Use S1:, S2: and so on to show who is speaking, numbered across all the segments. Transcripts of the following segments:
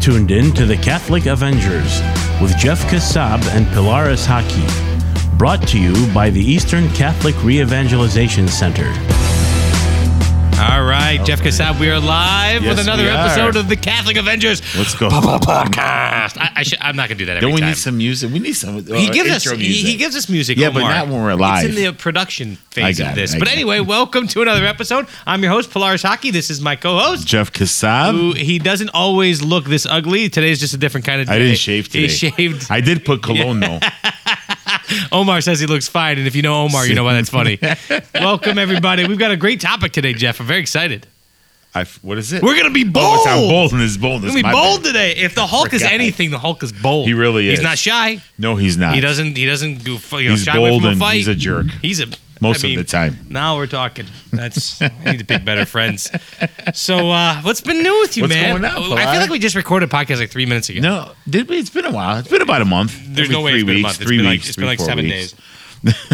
S1: tuned in to the Catholic Avengers with Jeff Kassab and Pilaris Haki, brought to you by the Eastern Catholic Re-Evangelization Center.
S2: All right, Jeff Kassab, we are live with
S3: Yes,
S2: another
S3: we are.
S2: episode of the Catholic Avengers.
S3: Let's go.
S2: Podcast. I, I should, I'm not gonna do that every
S3: Don't we
S2: time.
S3: need some music? We need some.
S2: he
S3: or
S2: gives us
S3: intro
S2: he,
S3: music.
S2: he gives us uh, music.
S3: Yeah, but
S2: Omar.
S3: not when we're
S2: It's
S3: live.
S2: in the production phase of
S3: got it,
S2: this.
S3: I
S2: but
S3: got it.
S2: anyway, welcome to another episode. I'm your host Polaris Hockey. This is my co-host.
S3: Jeff Kassab.
S2: Who he doesn't always look this ugly. Today's just a different kind of. Day.
S3: I didn't shave today.
S2: He shaved.
S3: I did put cologne though.
S2: Omar says he looks fine, and if you know Omar, you know why that's funny. Welcome everybody. We've got a great topic today, Jeff. I'm very excited.
S3: I, what is it?
S2: We're gonna be bold.
S3: Oh, it's on boldness. Boldness.
S2: He's gonna
S3: my
S2: be bold
S3: bad.
S2: today. If the Hulk is
S3: Forgot.
S2: anything, the Hulk is bold.
S3: He really
S2: He's
S3: is.
S2: not shy.
S3: No, he's not.
S2: He doesn't. He doesn't go. You know,
S3: He's
S2: shy away
S3: bold
S2: from a
S3: and
S2: fight.
S3: he's a jerk.
S2: He's a.
S3: Most
S2: I
S3: of
S2: mean,
S3: the time.
S2: Now we're talking. That's. I need to pick better friends. So uh, what's been new with you,
S3: What's
S2: man?
S3: going on,
S2: I
S3: Pilar?
S2: feel like we just recorded a podcast like three minutes ago.
S3: No, did we? It's been a while. It's been about a month.
S2: There's
S3: Maybe
S2: no way
S3: three
S2: it's been a
S3: weeks,
S2: month. It's
S3: Three
S2: been like-
S3: weeks.
S2: it's been
S3: three,
S2: like
S3: four
S2: seven
S3: weeks.
S2: days.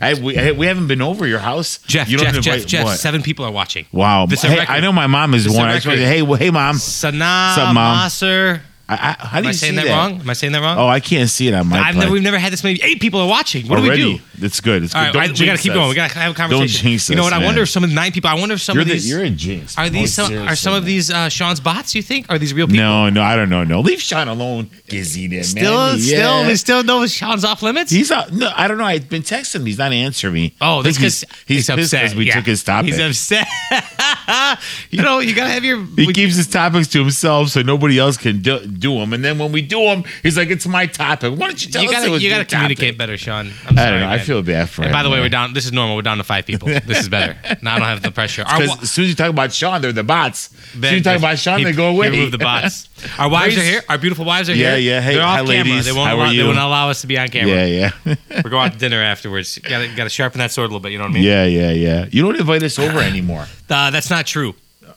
S3: I, we, I, we haven't been over your house,
S2: Jeff,
S3: You don't
S2: Jeff,
S3: invite,
S2: Jeff, Jeff.
S3: What?
S2: Seven people are watching.
S3: Wow.
S2: This is a
S3: Hey,
S2: record.
S3: I know my mom is
S2: is a
S3: one. I just wanted to-
S2: record.
S3: hey, well, hey, mom.
S2: Sanaa
S3: Sup, Mom?
S2: Maser.
S3: I, I, how
S2: Am
S3: do
S2: I
S3: you see
S2: saying that, wrong? Am I saying that wrong?
S3: Oh, I can't see it on my.
S2: I've
S3: play.
S2: never, we've never had this many. Eight people are watching. What
S3: Already.
S2: do we do?
S3: It's good. It's good.
S2: All right,
S3: Don't
S2: I- we got to
S3: jinx
S2: keep
S3: us.
S2: going. We got to have a conversation.
S3: jinx
S2: you know
S3: us,
S2: what? I wonder
S3: man.
S2: if some of the nine people. I wonder if some
S3: You're,
S2: of
S3: the,
S2: these.
S3: you're a jinx.
S2: Are these
S3: Oh,
S2: some, are some of
S3: seriously.
S2: these uh, Sean's bots? You think are these real people?
S3: No, no, I don't know. No, leave Sean alone. Gizzy, there,
S2: Still,
S3: man.
S2: still,
S3: Yeah.
S2: we still know Sean's off limits.
S3: He's out. No, I don't know. I've been texting him. He's not answering me.
S2: oh,
S3: I
S2: that's
S3: think
S2: because
S3: he's, he's, pissed
S2: upset.
S3: 'cause we
S2: Yeah.
S3: took his topic.
S2: He's upset. you know, you gotta have your.
S3: he
S2: we-
S3: keeps his topics to himself so nobody else can do, do them. And then when we do them, he's like, "It's my topic. Why don't you tell
S2: you
S3: us it
S2: gotta,
S3: was
S2: you
S3: your
S2: gotta communicate
S3: topic?"
S2: better, Sean. I'm
S3: I
S2: sorry,
S3: don't know. I
S2: man.
S3: feel bad for him.
S2: And by the way,
S3: man.
S2: we're down. This is normal. We're down to five people. This is better. Now I don't have the pressure. Our wa-
S3: Because as soon as you talk about Sean, they're the bots. as soon as you talk about Sean,
S2: he-
S3: they go
S2: he
S3: away.
S2: removed the bots. Our wives are
S3: Praise-
S2: here. Our beautiful wives are
S3: Yeah,
S2: here.
S3: yeah. Hey,
S2: they're off
S3: hi,
S2: camera.
S3: ladies.
S2: They won't
S3: How
S2: allow.
S3: are
S2: They
S3: you?
S2: won't allow us to be on camera.
S3: yeah, yeah.
S2: We're going out to dinner afterwards. Gotta gotta sharpen that sword a little bit. You know what I mean?
S3: Yeah, yeah, yeah. You don't invite us over anymore.
S2: Uh, that's not true.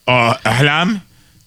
S3: Uh, Halam?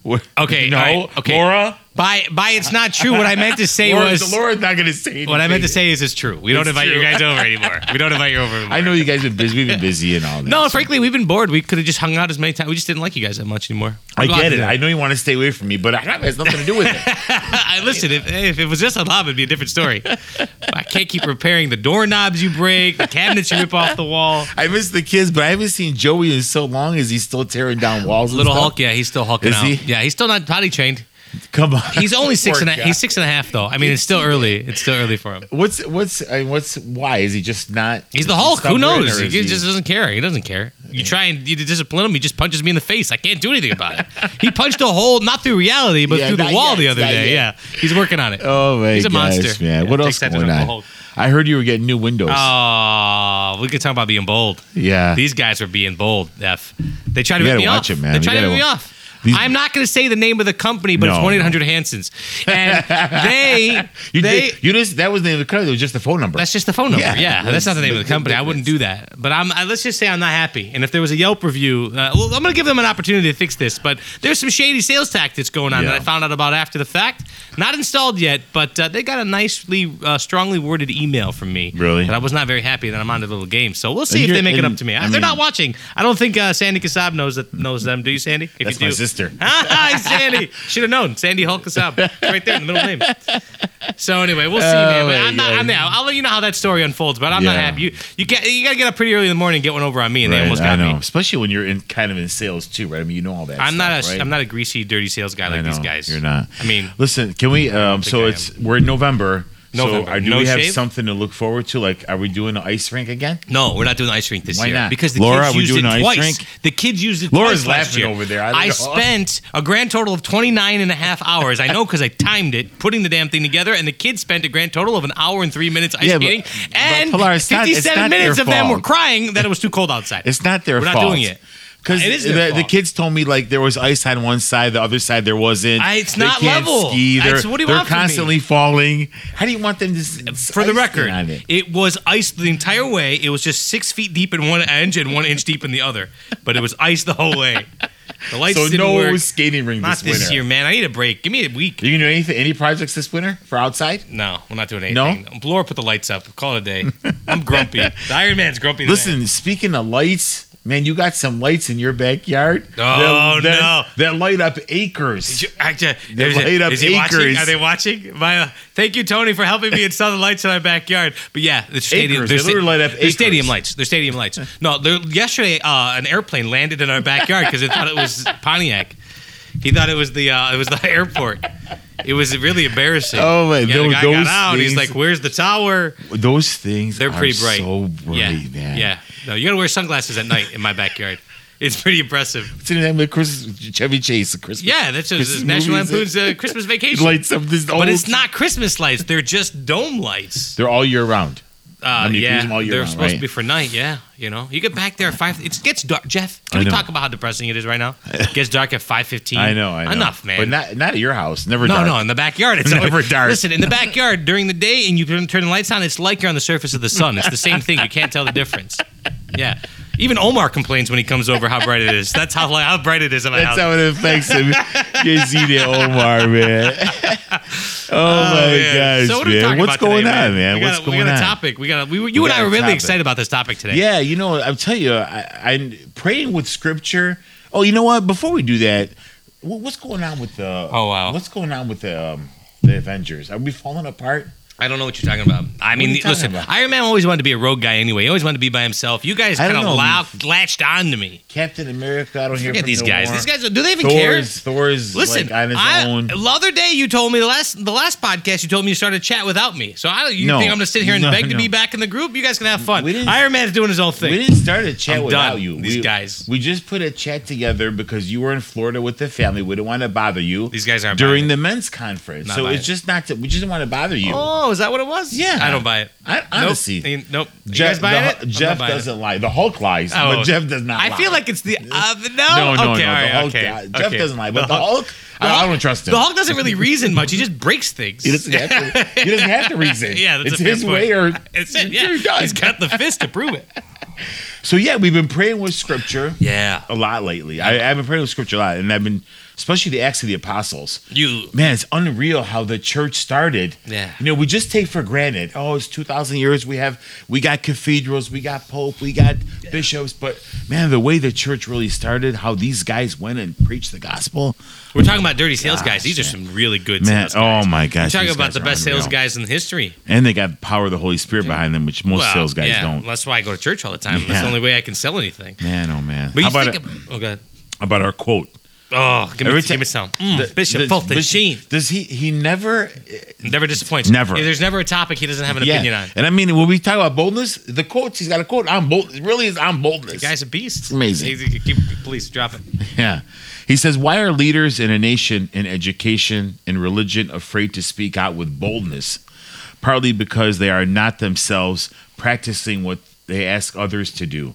S3: What-
S2: Okay,
S3: No.
S2: all right, okay.
S3: Laura?
S2: By by, it's not true. What I meant to say
S3: Laura-
S2: was
S3: Laura's not going to say anything.
S2: what I meant to say is it's true. We don't
S3: It's
S2: invite you
S3: true.
S2: guys over anymore. We don't invite you over. Anymore.
S3: I know you guys have been busy. We've been busy and all that.
S2: No, frankly, we've been bored. We could have just hung out as many times. We just didn't like you guys that much anymore.
S3: I
S2: We're
S3: get it.
S2: glad
S3: I know you want to stay away from me, but Halam has nothing to do with it.
S2: to- I listen. If, if it was just a lob, it'd be a different story. I can't keep repairing the doorknobs you break, the cabinets you rip off the wall.
S3: I miss the kids, but I haven't seen Joey in so long. Is he still tearing down walls? and
S2: Little
S3: stuff?
S2: Hulk, yeah, he's still hulking
S3: Is
S2: out.
S3: he?
S2: Yeah, he's still not potty trained.
S3: Come on.
S2: He's only six
S3: Poor
S2: and a,
S3: guy.
S2: he's six and a half though. I mean, it's still early. It's still early for him.
S3: What's what's I mean, what's why is he just not?
S2: He's the
S3: is he
S2: Hulk. Who
S3: stubborn,
S2: knows?
S3: or
S2: He,
S3: is
S2: just doesn't care. He doesn't care. You try and you discipline him. He just punches me in the face. I can't do anything about it. he punched a hole, not through reality, but
S3: Yeah,
S2: through the
S3: not
S2: wall
S3: yet,
S2: the other
S3: not
S2: day.
S3: yet.
S2: Yeah, he's working on it.
S3: Oh my
S2: He's a
S3: gosh,
S2: monster.
S3: man!
S2: Yeah,
S3: what
S2: take
S3: else
S2: steps
S3: going
S2: around the
S3: on?
S2: Hulk.
S3: I heard you were getting new windows.
S2: Oh, we could talk about being bold.
S3: yeah,
S2: These guys were being bold. F. They tried to
S3: You
S2: rip
S3: gotta
S2: me off.
S3: watch it, man.
S2: They
S3: You
S2: tried to
S3: gotta
S2: rip me
S3: wa-
S2: off.
S3: These-
S2: I'm not going to say the name of the company, but it's
S3: No,
S2: one eight hundred Hansons, and they
S3: you
S2: they
S3: did, you just that was the name of the credit. It was just the phone number.
S2: That's just the phone number. Yeah,
S3: Yeah.
S2: that's not the name of the
S3: That's
S2: company.
S3: the
S2: I wouldn't do that. But I'm. I, let's just say I'm not happy. And if there was a Yelp review, uh, well, I'm going to give them an opportunity to fix this. But there's some shady sales tactics going on
S3: Yeah.
S2: that I found out about after the fact. Not installed yet, but uh, they got a nicely, uh, strongly worded email from me.
S3: Really?
S2: That I was not very happy. That I'm on the little game. So we'll see if
S3: And
S2: they
S3: you're-
S2: make it
S3: and-
S2: up to me.
S3: I
S2: They're
S3: mean-
S2: not watching. I don't think uh, Sandy Kasab knows that knows them. Do you, Sandy? If
S3: That's
S2: you do,
S3: my sister.
S2: Hi, Sandy. Should have known. Sandy Hulk Kasab. It's Right there in the middle name. So anyway, we'll see, man.
S3: Oh,
S2: But I'm not.
S3: yeah.
S2: I'm now. I'll let you know how that story unfolds. But I'm not
S3: Yeah.
S2: happy. You you get you gotta get up pretty early in the morning and get one over on me, and
S3: Right,
S2: they almost got
S3: I know,
S2: me.
S3: especially when you're in kind of in sales too, right? I mean, you know all that.
S2: I'm not a
S3: stuff, right?
S2: am not a greasy, dirty sales guy like
S3: I know,
S2: these guys.
S3: You're not.
S2: I mean,
S3: listen, can we? Um,
S2: think
S3: so
S2: I
S3: it's we're in November.
S2: November.
S3: So are, do
S2: No
S3: we have
S2: shave?
S3: something to look forward to? Like, are we doing an ice rink again?
S2: no, we're not doing ice rink this
S3: Why
S2: year
S3: not?
S2: because the
S3: Laura,
S2: kids
S3: are we
S2: used
S3: doing
S2: it
S3: an ice
S2: twice.
S3: rink?
S2: The kids used it
S3: Laura's
S2: twice last
S3: laughing
S2: year.
S3: over there. I
S2: I,
S3: don't know.
S2: spent a grand total of 29 and a half hours. I know because I timed it, putting the damn thing together, and the kids spent a grand total of an hour and three minutes ice
S3: Yeah, but-
S2: skating,
S3: but
S2: and
S3: Pilar, it's not- it's
S2: 57
S3: not their
S2: minutes of them were
S3: fault.
S2: crying that it was too cold outside.
S3: It's not their
S2: We're not
S3: fault.
S2: doing it.
S3: Because
S2: It is
S3: the,
S2: their
S3: the
S2: fault.
S3: kids told me like there was ice on one side, the other side there wasn't.
S2: I- it's
S3: They
S2: not
S3: can't
S2: level.
S3: Ski.
S2: I-
S3: They're,
S2: so what do you
S3: they're
S2: want from me?
S3: constantly falling. How do you want them to? s-
S2: for the
S3: ice
S2: record,
S3: on
S2: it.
S3: it?
S2: was ice the entire way. It was just six feet deep in one edge and one inch deep in the other. But it was ice the whole way. The lights
S3: So
S2: didn't
S3: no
S2: work.
S3: skating ring
S2: Not
S3: this
S2: this,
S3: winter.
S2: year, man. I need a break. Give me a week.
S3: You can do anything, any projects this winter for outside?
S2: No, we're not doing
S3: No?
S2: anything. Laura put the lights up. Call it a day. I'm grumpy. the Iron Man's grumpy. today.
S3: Listen, speaking of lights, Man, you got some lights in your backyard.
S2: Oh,
S3: that, that-
S2: no.
S3: That light up acres.
S2: Ju- I ju-
S3: They
S2: is
S3: light up
S2: is he watching?
S3: acres.
S2: Are they watching? My, uh, thank you, Tony, for helping me install the lights in my backyard. But yeah, the stadium.
S3: Acres.
S2: they're
S3: They literally light up
S2: they're stadium
S3: acres.
S2: lights. They're stadium lights. No, they're- yesterday uh, an airplane landed in our backyard because it thought it was Pontiac. He thought it was the uh, it was the airport. It was really embarrassing.
S3: Oh, man,
S2: Yeah, the
S3: those-
S2: guy got
S3: those
S2: out. He's
S3: things-
S2: like, "Where's the tower?"
S3: Those things
S2: They're
S3: are
S2: pretty bright.
S3: so bright,
S2: yeah,
S3: man.
S2: yeah. No, you gotta wear sunglasses at night in my backyard. It's pretty impressive.
S3: What's the name of Chris Chevy Chase? Christmas.
S2: Yeah, that's
S3: Christmas
S2: just National
S3: movies.
S2: Lampoon's uh, Christmas Vacation.
S3: Lights up this
S2: But it's not Christmas lights. They're just dome lights.
S3: They're all year round.
S2: Uh,
S3: mean, you can
S2: yeah,
S3: use them all year
S2: they're
S3: round,
S2: supposed to
S3: right?
S2: be for night. Yeah, you know, you get back there at five. It gets dark. Jeff, can
S3: I
S2: we
S3: know.
S2: talk about how depressing it is right now? It gets dark at five fifteen.
S3: I know, I know.
S2: Mm. Enough, man.
S3: But not not at your house. Never
S2: no,
S3: dark.
S2: no, in the backyard. It's
S3: Never
S2: always-
S3: dark.
S2: Listen, in the backyard during the day, and you turn, turn the lights on. It's like you're on the surface of the sun. It's the same thing. You can't tell the difference. Yeah. Even Omar complains when he comes over how bright it is. That's how how bright it is in my house.
S3: That's how it affects him. you see the Omar, man. oh, my
S2: Yeah.
S3: gosh,
S2: So what are we
S3: man.
S2: talking about
S3: What's
S2: today,
S3: going on, man?
S2: We got,
S3: What's
S2: a,
S3: going
S2: we got
S3: on?
S2: a topic. We got. A, we were, you
S3: We
S2: and I
S3: got
S2: were
S3: a
S2: really
S3: topic.
S2: excited about this topic today.
S3: Yeah, you know, I'm telling you, I, I'm praying with scripture. Oh, you know what? Before we do that, wha- what's going on with the?
S2: Oh, wow.
S3: What's going on with the um, the Avengers? Are we falling apart?
S2: I don't know what you're talking about. I
S3: are
S2: mean,
S3: you talking
S2: listen,
S3: about?
S2: Iron Man always wanted to be a rogue guy anyway. He always wanted to be by himself. You guys
S3: I
S2: kind
S3: don't
S2: of
S3: know.
S2: lou- latched on to me.
S3: Captain America. I don't hear
S2: Look at
S3: from
S2: these
S3: no
S2: guys.
S3: more.
S2: These guys, do they even care?
S3: Thor's Thor's
S2: Listen,
S3: like on his
S2: I-
S3: own.
S2: the other day you told me the last the last podcast you told me you started a chat without me. So I don't. You
S3: No.
S2: think I'm gonna sit here and
S3: No,
S2: beg to
S3: no.
S2: be back in the group? You guys can have fun.
S3: We didn't-
S2: Iron Man's doing his own
S3: We
S2: thing.
S3: didn't start a chat
S2: I'm
S3: without
S2: done.
S3: you.
S2: These
S3: we,
S2: guys.
S3: We just put a chat together because you were in Florida with the family. We didn't want to bother you.
S2: These guys aren't
S3: during
S2: bothered.
S3: the men's conference.
S2: Not
S3: so
S2: bothered.
S3: it's just not to. We just didn't want to bother you.
S2: Oh, is that what it was?
S3: Yeah.
S2: I don't buy it.
S3: I, honestly,
S2: Nope. I mean, nope. You
S3: Jeff,
S2: guys buying
S3: the-
S2: it? I'm not
S3: Jeff
S2: buying it.
S3: doesn't lie. The Hulk lies,
S2: Oh.
S3: but Jeff does not.
S2: I
S3: lie.
S2: feel like it's the uh, no.
S3: no, no,
S2: okay,
S3: no.
S2: all
S3: the
S2: right,
S3: Hulk,
S2: okay,
S3: guy- Jeff
S2: okay.
S3: doesn't lie, but the Hulk, I, I don't trust him.
S2: The Hulk doesn't really reason much. He just breaks things.
S3: He doesn't have to. He doesn't have to reason.
S2: Yeah, that's
S3: it's
S2: a fair
S3: his
S2: point.
S3: way or
S2: It's it. Yeah,
S3: you're done.
S2: he's got the fist to prove it.
S3: So yeah, we've been praying with Scripture
S2: Yeah,
S3: a lot lately. I, I've been praying with Scripture a lot, and I've been especially the Acts of the Apostles.
S2: you.
S3: man, it's unreal how the church started.
S2: Yeah.
S3: You know, we just take for granted. Oh, it's 2,000 years. We have, we got cathedrals, we got Pope, we got bishops. But man, the way the church really started, how these guys went and preached the gospel.
S2: We're talking about dirty sales guys. These are
S3: man.
S2: some really good
S3: Man,
S2: sales guys.
S3: oh my gosh.
S2: We're talking
S3: these
S2: about
S3: guys
S2: the
S3: are
S2: best sales
S3: unreal.
S2: guys in history.
S3: And they got power of the Holy Spirit behind them, which most
S2: Well,
S3: sales guys
S2: yeah,
S3: don't.
S2: That's why I go to church all the time. That's
S3: Yeah.
S2: the only way I can sell anything.
S3: Man, oh man.
S2: But
S3: how
S2: you
S3: about,
S2: think
S3: it-
S2: ab- oh god,
S3: about our quote?
S2: oh give me,
S3: Every
S2: give me some mm,
S3: The-
S2: Bishop
S3: the-
S2: Fulton Sheen
S3: Does he, he never,
S2: never disappoints.
S3: Never.
S2: Yeah, There's never a topic he doesn't have an opinion on.
S3: And I mean, when we talk about boldness, the quotes, he's got a quote. I'm bold. It really is, I'm boldness.
S2: The guy's a beast. It's
S3: amazing.
S2: please drop it.
S3: Yeah. He says, Why are leaders in a nation in education and religion afraid to speak out with boldness? Partly because they are not themselves practicing what they ask others to do,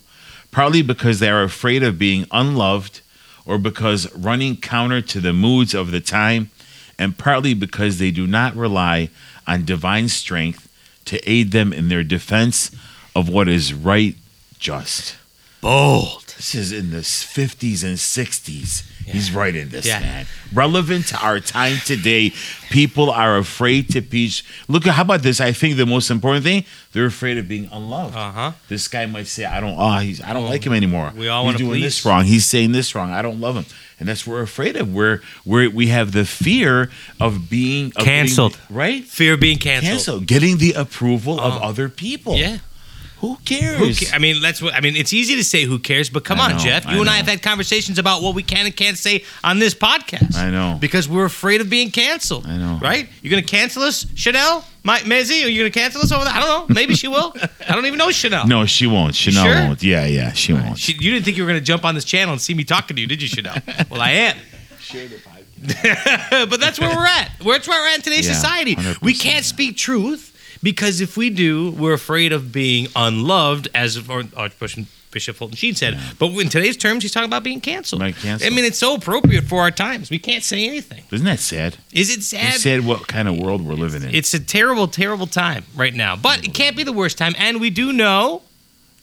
S3: partly because they are afraid of being unloved or because running counter to the moods of the time, and partly because they do not rely on divine strength to aid them in their defense of what is right, just.
S2: Bold.
S3: This is in the 50s and 60s. He's right in this,
S2: Yeah.
S3: man. Relevant to our time today. People are afraid to preach. Look, how about this? I think the most important thing, they're afraid of being unloved.
S2: Uh-huh.
S3: This guy might say, I don't oh, he's, I don't like him anymore.
S2: we all
S3: He's
S2: wanna
S3: doing
S2: please.
S3: this wrong. He's saying this wrong. I don't love him. And that's what we're afraid of. We're, we're we have the fear of being of being-
S2: Canceled.
S3: right?
S2: Fear of being canceled.
S3: Canceled. Getting the approval of
S2: Oh.
S3: other people.
S2: Yeah.
S3: Who cares?
S2: Who ca- I mean, that's what I mean. It's easy to say who cares, but come
S3: I
S2: on,
S3: know,
S2: Jeff. You
S3: I
S2: and I
S3: know.
S2: have had conversations about what we can and can't say on this podcast.
S3: I know.
S2: because we're afraid of being canceled.
S3: I know.
S2: right? You're gonna cancel us, Chanel, My, Mezzi? Are you gonna cancel us over there? I don't know. Maybe she will. I don't even know Chanel.
S3: no, she won't. Chanel
S2: sure?
S3: won't. Yeah, yeah, she won't.
S2: She, you didn't think you were gonna jump on this channel and see me talking to you, did you, Chanel? well, I am. but that's where we're at. We're- That's where we're at in today's
S3: Yeah,
S2: society. We
S3: 100%.
S2: can't speak truth because if we do, we're afraid of being unloved, as or, Archbishop Bishop Fulton Sheen said. But in today's terms, he's talking about being canceled.
S3: Right, canceled.
S2: I mean, it's so appropriate for our times. We can't say anything.
S3: Isn't that sad?
S2: Is it
S3: It's
S2: sad?
S3: sad what kind of world we're living in.
S2: It's a terrible, terrible time right now. But it can't be the worst time. And we do know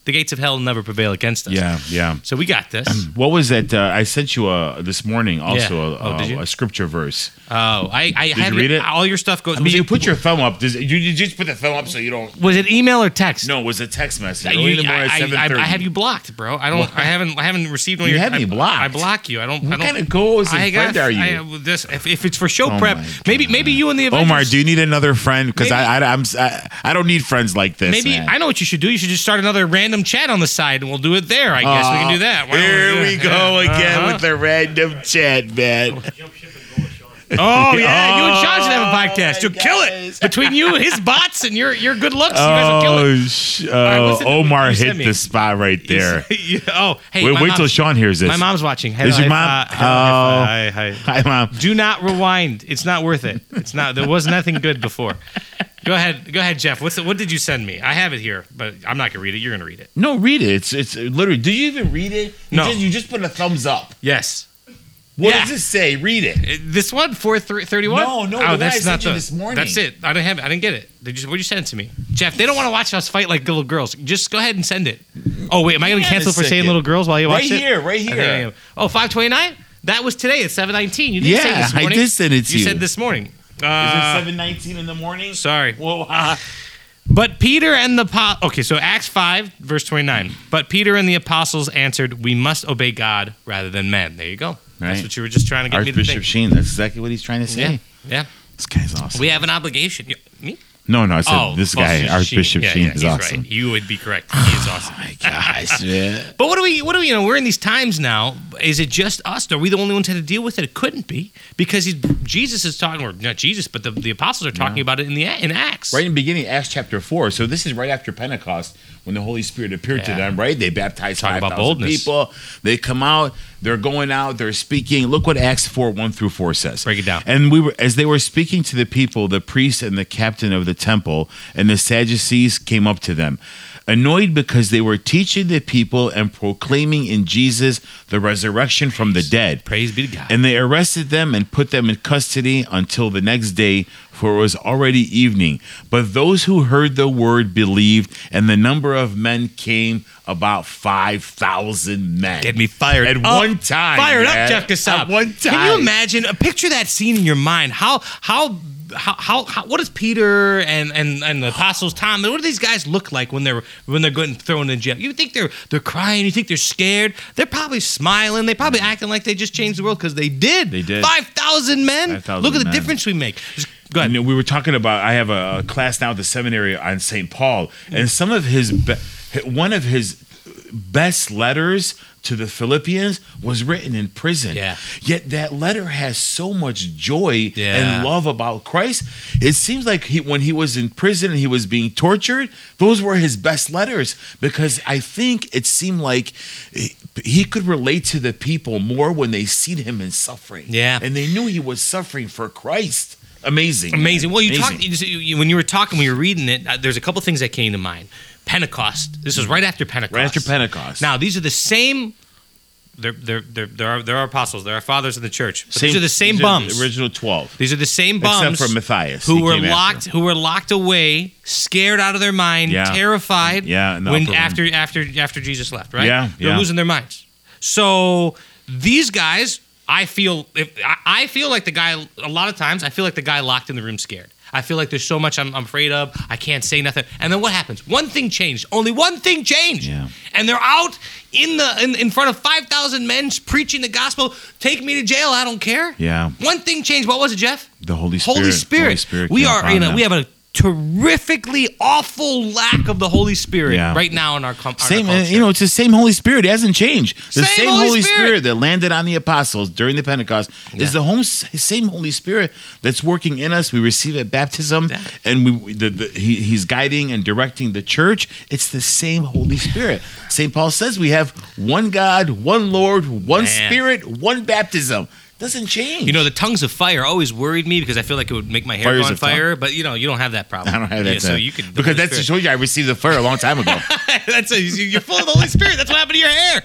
S2: the gates of hell never prevail against us.
S3: Yeah, yeah.
S2: So we got this. oh,
S3: What was that? Uh, I sent you a this morning also
S2: Yeah. Oh,
S3: a,
S2: did
S3: a,
S2: you?
S3: a scripture verse.
S2: Oh, I, I had
S3: read it?
S2: All your stuff goes.
S3: I mean,
S2: was,
S3: you
S2: it,
S3: put your thumb up. Does, you, you just put the thumb up so you don't.
S2: was it email or text?
S3: No, it was a text message.
S2: You-
S3: Early in the morning
S2: I,
S3: at
S2: I- I-
S3: 7:30.
S2: I have you blocked, bro. I don't. I haven't. I haven't received one. of
S3: You
S2: your-
S3: have me
S2: I-
S3: blocked.
S2: I block you. I don't. I
S3: What
S2: don't.
S3: kind of goals and
S2: I
S3: friend
S2: got.
S3: are you?
S2: I, uh, this, if, if it's for show
S3: Oh
S2: prep,
S3: my
S2: maybe maybe you and the Avengers.
S3: Omar, do you need another friend? Because
S2: Maybe-
S3: I, I, I'm, s- I, I don't need friends like this.
S2: Maybe
S3: man.
S2: I know what you should do. You should just start another random chat on the side, and we'll do it there. I guess we can do that. Why don't
S3: Here
S2: do
S3: we
S2: that?
S3: go
S2: Yeah.
S3: again
S2: Uh-huh.
S3: with the random chat, man.
S2: Oh yeah, you and Sean should have
S3: Oh,
S2: a podcast. You'll
S3: my
S2: kill
S3: guys.
S2: it between you, his bots, and your your good looks. you guys will kill it.
S3: Oh, sh-
S2: right,
S3: uh,
S2: listen to what
S3: Omar
S2: you sent
S3: hit
S2: me.
S3: the spot right there.
S2: You- oh hey,
S3: Wait,
S2: my
S3: wait
S2: mom-
S3: till Sean hears this.
S2: My mom's watching. Hey,
S3: Is your
S2: hey,
S3: mom-
S2: uh, hey,
S3: Oh.
S2: hey, hey, hey.
S3: Hi, mom.
S2: Do not rewind. It's not worth it. It's not. There was nothing good before. Go ahead. Go ahead, Jeff. What's the, what did you send me? I have it here, but I'm not gonna read it. You're gonna read it.
S3: No, read it. It's it's literally. Did you even read it? You
S2: No.
S3: Just, you just put a thumbs up.
S2: Yes.
S3: What
S2: Yeah.
S3: does it say? Read it.
S2: Uh, This one, four thir- thirty-one. Oh,
S3: No, no, the one I sent you this morning.
S2: That's it. I don't have it. I didn't get it. They just what you send it to me, Jeff? They don't want to watch us fight like little girls. Just go ahead and send it. Oh wait, am I going
S3: Hang
S2: to
S3: on a
S2: cancel for saying
S3: second.
S2: little girls while you
S3: Right
S2: watch it?
S3: here, right
S2: Okay,
S3: here.
S2: yeah, yeah. Oh, 529? That was today at seven nineteen. You did say
S3: Yeah,
S2: this
S3: I
S2: morning.
S3: did send it to you.
S2: You said this morning.
S3: Is
S2: Uh,
S3: it seven nineteen in the morning?
S2: sorry.
S3: Well, uh,
S2: But Peter and the po- okay, so Acts five verse twenty nine. But Peter and the apostles answered, "We must obey God rather than men." There you go. That's
S3: Right.
S2: what you were just trying to get me to
S3: Archbishop
S2: think.
S3: Sheen. That's exactly what he's trying to say.
S2: Yeah, yeah.
S3: This guy's awesome.
S2: We have an obligation. You- me?
S3: no, no, I said this
S2: well,
S3: guy,
S2: Oh, Sheen.
S3: Archbishop Sheen,
S2: Yeah, yeah,
S3: is
S2: he's
S3: awesome.
S2: Right. You would be correct. He is awesome.
S3: My gosh, yeah.
S2: But what do we? What do we? You know, we're in these times now. Is it just us? Are we the only ones that had to deal with it? It couldn't be because he's, Jesus is talking, or not Jesus, but the, the apostles are talking about it in the in Acts.
S3: Right in the beginning, Acts chapter four. So this is right after Pentecost when the Holy Spirit appeared to
S2: Yeah.
S3: them. Right, they baptized
S2: Talk
S3: five
S2: about
S3: thousand
S2: boldness.
S3: people. They come out. They're going out. They're speaking. Look what Acts four one through four says.
S2: Break it down.
S3: And we were as they were speaking to the people, the priest and the captain of the temple and the Sadducees came up to them, annoyed because they were teaching the people and proclaiming in Jesus the resurrection from the dead.
S2: Praise be to God.
S3: And they arrested them and put them in custody until the next day, for it was already evening. But those who heard the word believed, and the number of men came about 5,000 men.
S2: Get me fired
S3: At
S2: up.
S3: one time.
S2: Fired
S3: man.
S2: up, Jeff Kassab.
S3: At one time.
S2: Can you imagine? Uh, picture that scene in your mind. How how. How, how, how what does Peter and, and, and the apostles Tom what do these guys look like when they're when they're getting thrown in jail? You think they're they're crying, you think they're scared. They're probably smiling. They probably acting like they just changed the world because they did.
S3: They did.
S2: Five thousand men.
S3: 5,000
S2: look at the
S3: men.
S2: difference we make. Just- go ahead.
S3: You know, we were talking about. I have a a class now at the seminary on St. Paul, and some of his, be- one of his best letters to the Philippians was written in prison.
S2: Yeah.
S3: Yet that letter has so much joy
S2: Yeah.
S3: and love about Christ. It seems like he, when he was in prison and he was being tortured, those were his best letters because I think it seemed like he- he could relate to the people more when they seen him in suffering.
S2: Yeah.
S3: And they knew he was suffering for Christ. Amazing.
S2: Amazing. Well, you
S3: Amazing.
S2: talked you- you, when you were talking, when you were reading it. Uh, there's a couple things that came to mind. Pentecost. This was right after Pentecost.
S3: Right after Pentecost.
S2: Now these are the same. They're they're they're there are there are apostles. There are fathers in the church. But
S3: Same-
S2: these are the same
S3: these
S2: bums.
S3: the original 12.
S2: these are the same
S3: Except
S2: bums
S3: for Matthias.
S2: who
S3: he
S2: were
S3: came after.
S2: locked who were locked away, scared out of their mind,
S3: Yeah.
S2: terrified.
S3: Yeah, in the upper
S2: when
S3: room.
S2: after after after Jesus left, right?
S3: Yeah,
S2: they're
S3: yeah.
S2: losing their minds. So these guys, I feel if I, I feel like the guy. A lot of times, I feel like the guy locked in the room, scared. I feel like there's so much I'm, I'm afraid of. I can't say nothing. And then what happens? One thing changed. Only one thing changed.
S3: Yeah.
S2: And they're out in the in, in front of five thousand men preaching the gospel. Take me to jail. I don't care.
S3: Yeah.
S2: One thing changed. What was it, Jeff?
S3: The Holy Spirit.
S2: Holy Spirit.
S3: Holy Spirit
S2: we
S3: came
S2: are
S3: upon
S2: in a,
S3: them.
S2: we have a terrifically awful lack of the Holy Spirit
S3: Yeah.
S2: right now in our, com- in our
S3: Same, uh,
S2: culture.
S3: you know, it's the same Holy Spirit. It hasn't changed. The
S2: Same
S3: same,
S2: Holy
S3: Holy,
S2: Spirit.
S3: Spirit. that landed on the apostles during the Pentecost
S2: Yeah.
S3: is the home, same Holy Spirit that's working in us. We receive at baptism,
S2: Yeah.
S3: and we the, the, he, he's guiding and directing the church. It's the same Holy Spirit. St. Paul says we have one God, one Lord, one
S2: Man.
S3: Spirit, one baptism. Doesn't change.
S2: You know, the tongues of fire always worried me because I feel like it would make my hair
S3: Fires
S2: go on
S3: of tongue?
S2: fire. But you know, you don't have that problem.
S3: I don't have that.
S2: Yeah, so
S3: uh,
S2: you can
S3: because that's just told you I received the fire a long time ago.
S2: that's a, you're full of the Holy Spirit. That's what happened to your hair.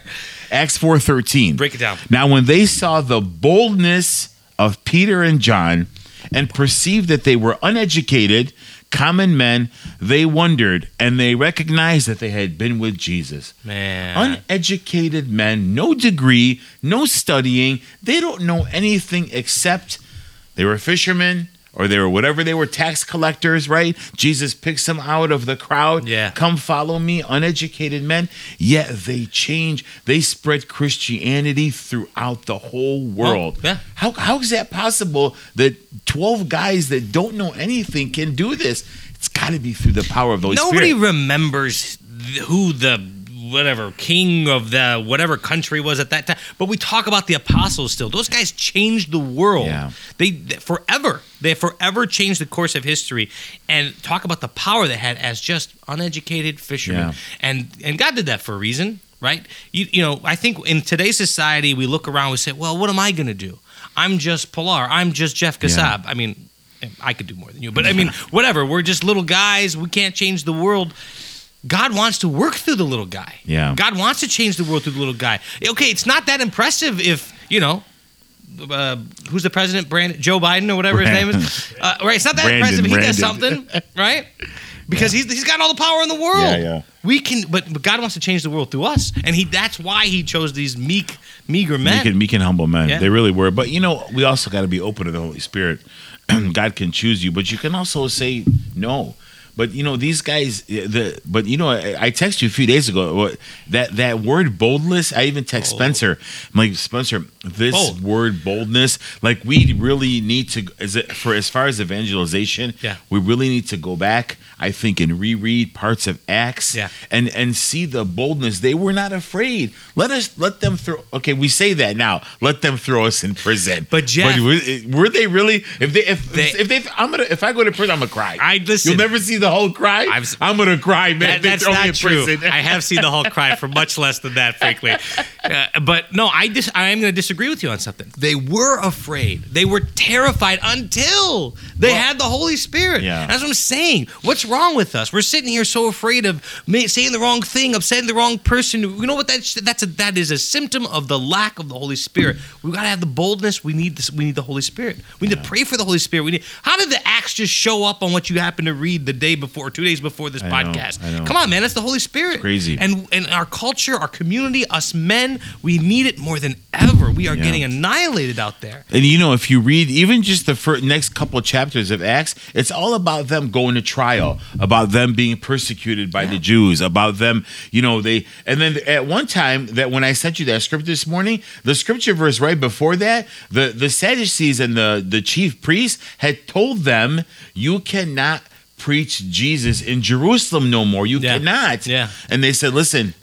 S3: Acts four thirteen.
S2: Break it down.
S3: Now, when they saw the boldness of Peter and John, and perceived that they were uneducated, common men, they wondered and they recognized that they had been with Jesus.
S2: Man.
S3: Uneducated men, no degree, no studying, they don't know anything except they were fishermen or they were whatever they were tax collectors, right? Jesus picks them out of the crowd.
S2: Yeah.
S3: Come follow me, uneducated men. Yet they change, they spread Christianity throughout the whole world.
S2: Oh, yeah.
S3: How how is that possible that 12 guys that don't know anything can do this? It's got to be through the power of the Holy
S2: Nobody
S3: Spirit.
S2: remembers th- who the whatever king of the whatever country was at that time. But we talk about the apostles still. Those guys changed the world.
S3: Yeah.
S2: They, they forever. They forever changed the course of history. And talk about the power they had as just uneducated fishermen.
S3: Yeah.
S2: And and God did that for a reason, right? You you know, I think in today's society we look around we say, "Well, what am I going to do? I'm just Pilar. I'm just Jeff Kassab." I mean, I could do more than you, but I mean, whatever. We're just little guys. We can't change the world. God wants to work through the little guy.
S3: Yeah.
S2: God wants to change the world through the little guy. Okay, it's not that impressive if, you know, uh, who's the president? Brand Joe Biden or whatever his name is. Uh, right, it's not that impressive.
S3: Brandon,
S2: He does
S3: Brandon.
S2: something, right? Because he's he's got all the power in the world.
S3: Yeah, yeah.
S2: We can, but, but God wants to change the world through us, and he that's why he chose these meek, meager men.
S3: Meek and, meek and humble men.
S2: Yeah.
S3: They really were. But you know, we also got to be open to the Holy Spirit. God can choose you, but you can also say no. But you know, these guys. eh, The but you know, I, I texted you a few days ago. what- That that word boldness. I even
S2: Oh.
S3: text Spencer. I'm like Spencer, this
S2: Bold.
S3: word boldness. Like we really need to. Is it for as far as evangelization?
S2: Yeah.
S3: we really need to go back. I think and reread parts of Acts
S2: Yeah.
S3: and and see the boldness they were not afraid let us let them throw okay we say that now let them throw us in prison
S2: But Jeff-
S3: were, were they really if they if
S2: They-
S3: if they i'm gonna if i go to prison i'm gonna cry
S2: I- listen.
S3: you'll never see the whole cry
S2: I've-
S3: i'm gonna cry man
S2: That-
S3: They
S2: that's
S3: throw me
S2: not
S3: in
S2: true.
S3: prison.
S2: I have seen the Hulk cry for much less than that, frankly. Uh, but no, I dis- I am going to disagree with you on something. They were afraid. They were terrified until they had the Holy Spirit.
S3: Yeah.
S2: That's what I'm saying. What's wrong with us? We're sitting here so afraid of ma- saying the wrong thing, upsetting the wrong person. You know what? That's that's a, that is a symptom of the lack of the Holy Spirit. We got to have the boldness. We need this. We need the Holy Spirit. We need to pray for the Holy Spirit. We need. How did the acts just show up on what you happened to read the day before, or two days before this
S3: I know,
S2: podcast?
S3: I know.
S2: Come on, man. That's the Holy Spirit.
S3: crazy.
S2: And and our culture, our community, us men, we need it more than ever. We are
S3: Yeah.
S2: getting annihilated out there.
S3: And you know, if you read even just the first, next couple of chapters of Acts, it's all about them going to trial, about them being persecuted by the Jews, about them, you know, they. And then at one time that when I sent you that script this morning, the scripture verse right before that, the the Sadducees and the the chief priests had told them, "You cannot preach Jesus in Jerusalem no more. You
S2: Yeah.
S3: cannot."
S2: Yeah.
S3: And they said, "Listen."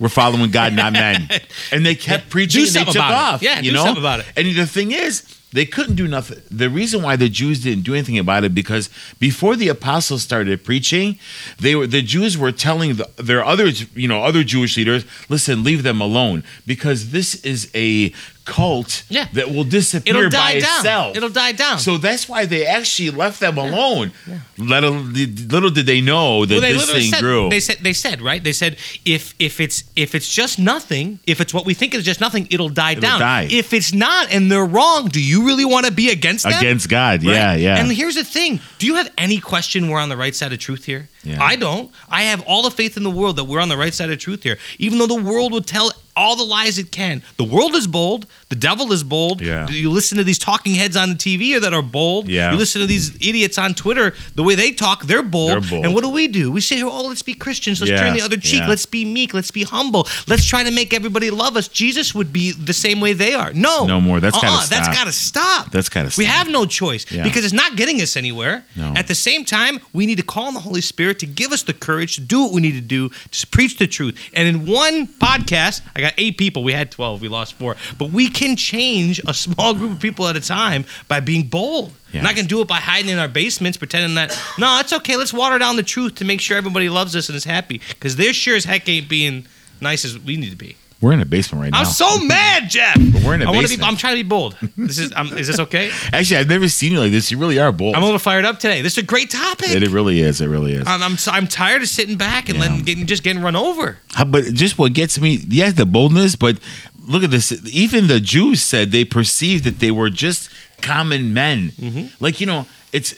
S3: We're following God, not men. And they kept preaching.
S2: Do
S3: and they
S2: something
S3: took
S2: about it.
S3: off.
S2: Yeah,
S3: you
S2: do
S3: know?
S2: something about it.
S3: And the thing is, they couldn't do nothing. The reason why the Jews didn't do anything about it because before the apostles started preaching, they were the Jews were telling the, their other you know other Jewish leaders, listen, leave them alone because this is a cult
S2: Yeah.
S3: that will disappear
S2: It'll
S3: by
S2: die down.
S3: itself.
S2: It'll die down.
S3: so that's why they actually left them alone. Little, little did they know that
S2: Well, they
S3: this
S2: literally
S3: thing
S2: said,
S3: grew.
S2: They said they said right. They said if if it's if it's just nothing, if it's what we think is just nothing, it'll die down.
S3: die.
S2: If it's not, and they're wrong, do you really want to be against them?
S3: Against God,
S2: Right?
S3: yeah, yeah.
S2: And here's the thing: Do you have any question we're on the right side of truth here?
S3: Yeah.
S2: I don't. I have all the faith in the world that we're on the right side of truth here. Even though the world will tell all the lies it can, the world is bold. The devil is bold.
S3: Yeah.
S2: You listen to these talking heads on the TV that are bold.
S3: Yeah.
S2: You listen to these idiots on Twitter. The way they talk, they're bold.
S3: They're bold.
S2: And what do we do? We say, "Oh, let's be Christians. Let's
S3: Yeah,
S2: turn the other cheek.
S3: yeah.
S2: Let's be meek. Let's be humble. Let's try to make everybody love us." Jesus would be the same way they are. No, Uh-uh.
S3: No more. That's gotta
S2: That's
S3: stop.
S2: gotta stop.
S3: That's gotta
S2: We
S3: stop.
S2: have no choice
S3: Yeah.
S2: because it's not getting us anywhere.
S3: No.
S2: At the same time, we need to call on the Holy Spirit to give us the courage to do what we need to do to preach the truth. And in one podcast, I got eight people. We had twelve. We lost four. But we can change a small group of people at a time by being bold.
S3: Yeah.
S2: We're Not going to do it by hiding in our basements, pretending that no, it's okay. Let's water down the truth to make sure everybody loves us and is happy. Because they're sure as heck ain't being nice as we need to be.
S3: we're in a basement right now.
S2: I'm so mad, Jeff.
S3: we're in a
S2: I wanna be.
S3: basement.
S2: I'm trying to be bold. This is. I'm, is this okay?
S3: Actually, I've never seen you like this. You really are bold.
S2: I'm a little fired up today. This is a great topic.
S3: it, it really is. It really is.
S2: I'm, I'm so- I'm tired of sitting back and letting getting just getting run over.
S3: How- But just what gets me, yeah, the boldness. But look at this. Even the Jews said they perceived that they were just common men. Like you know, it's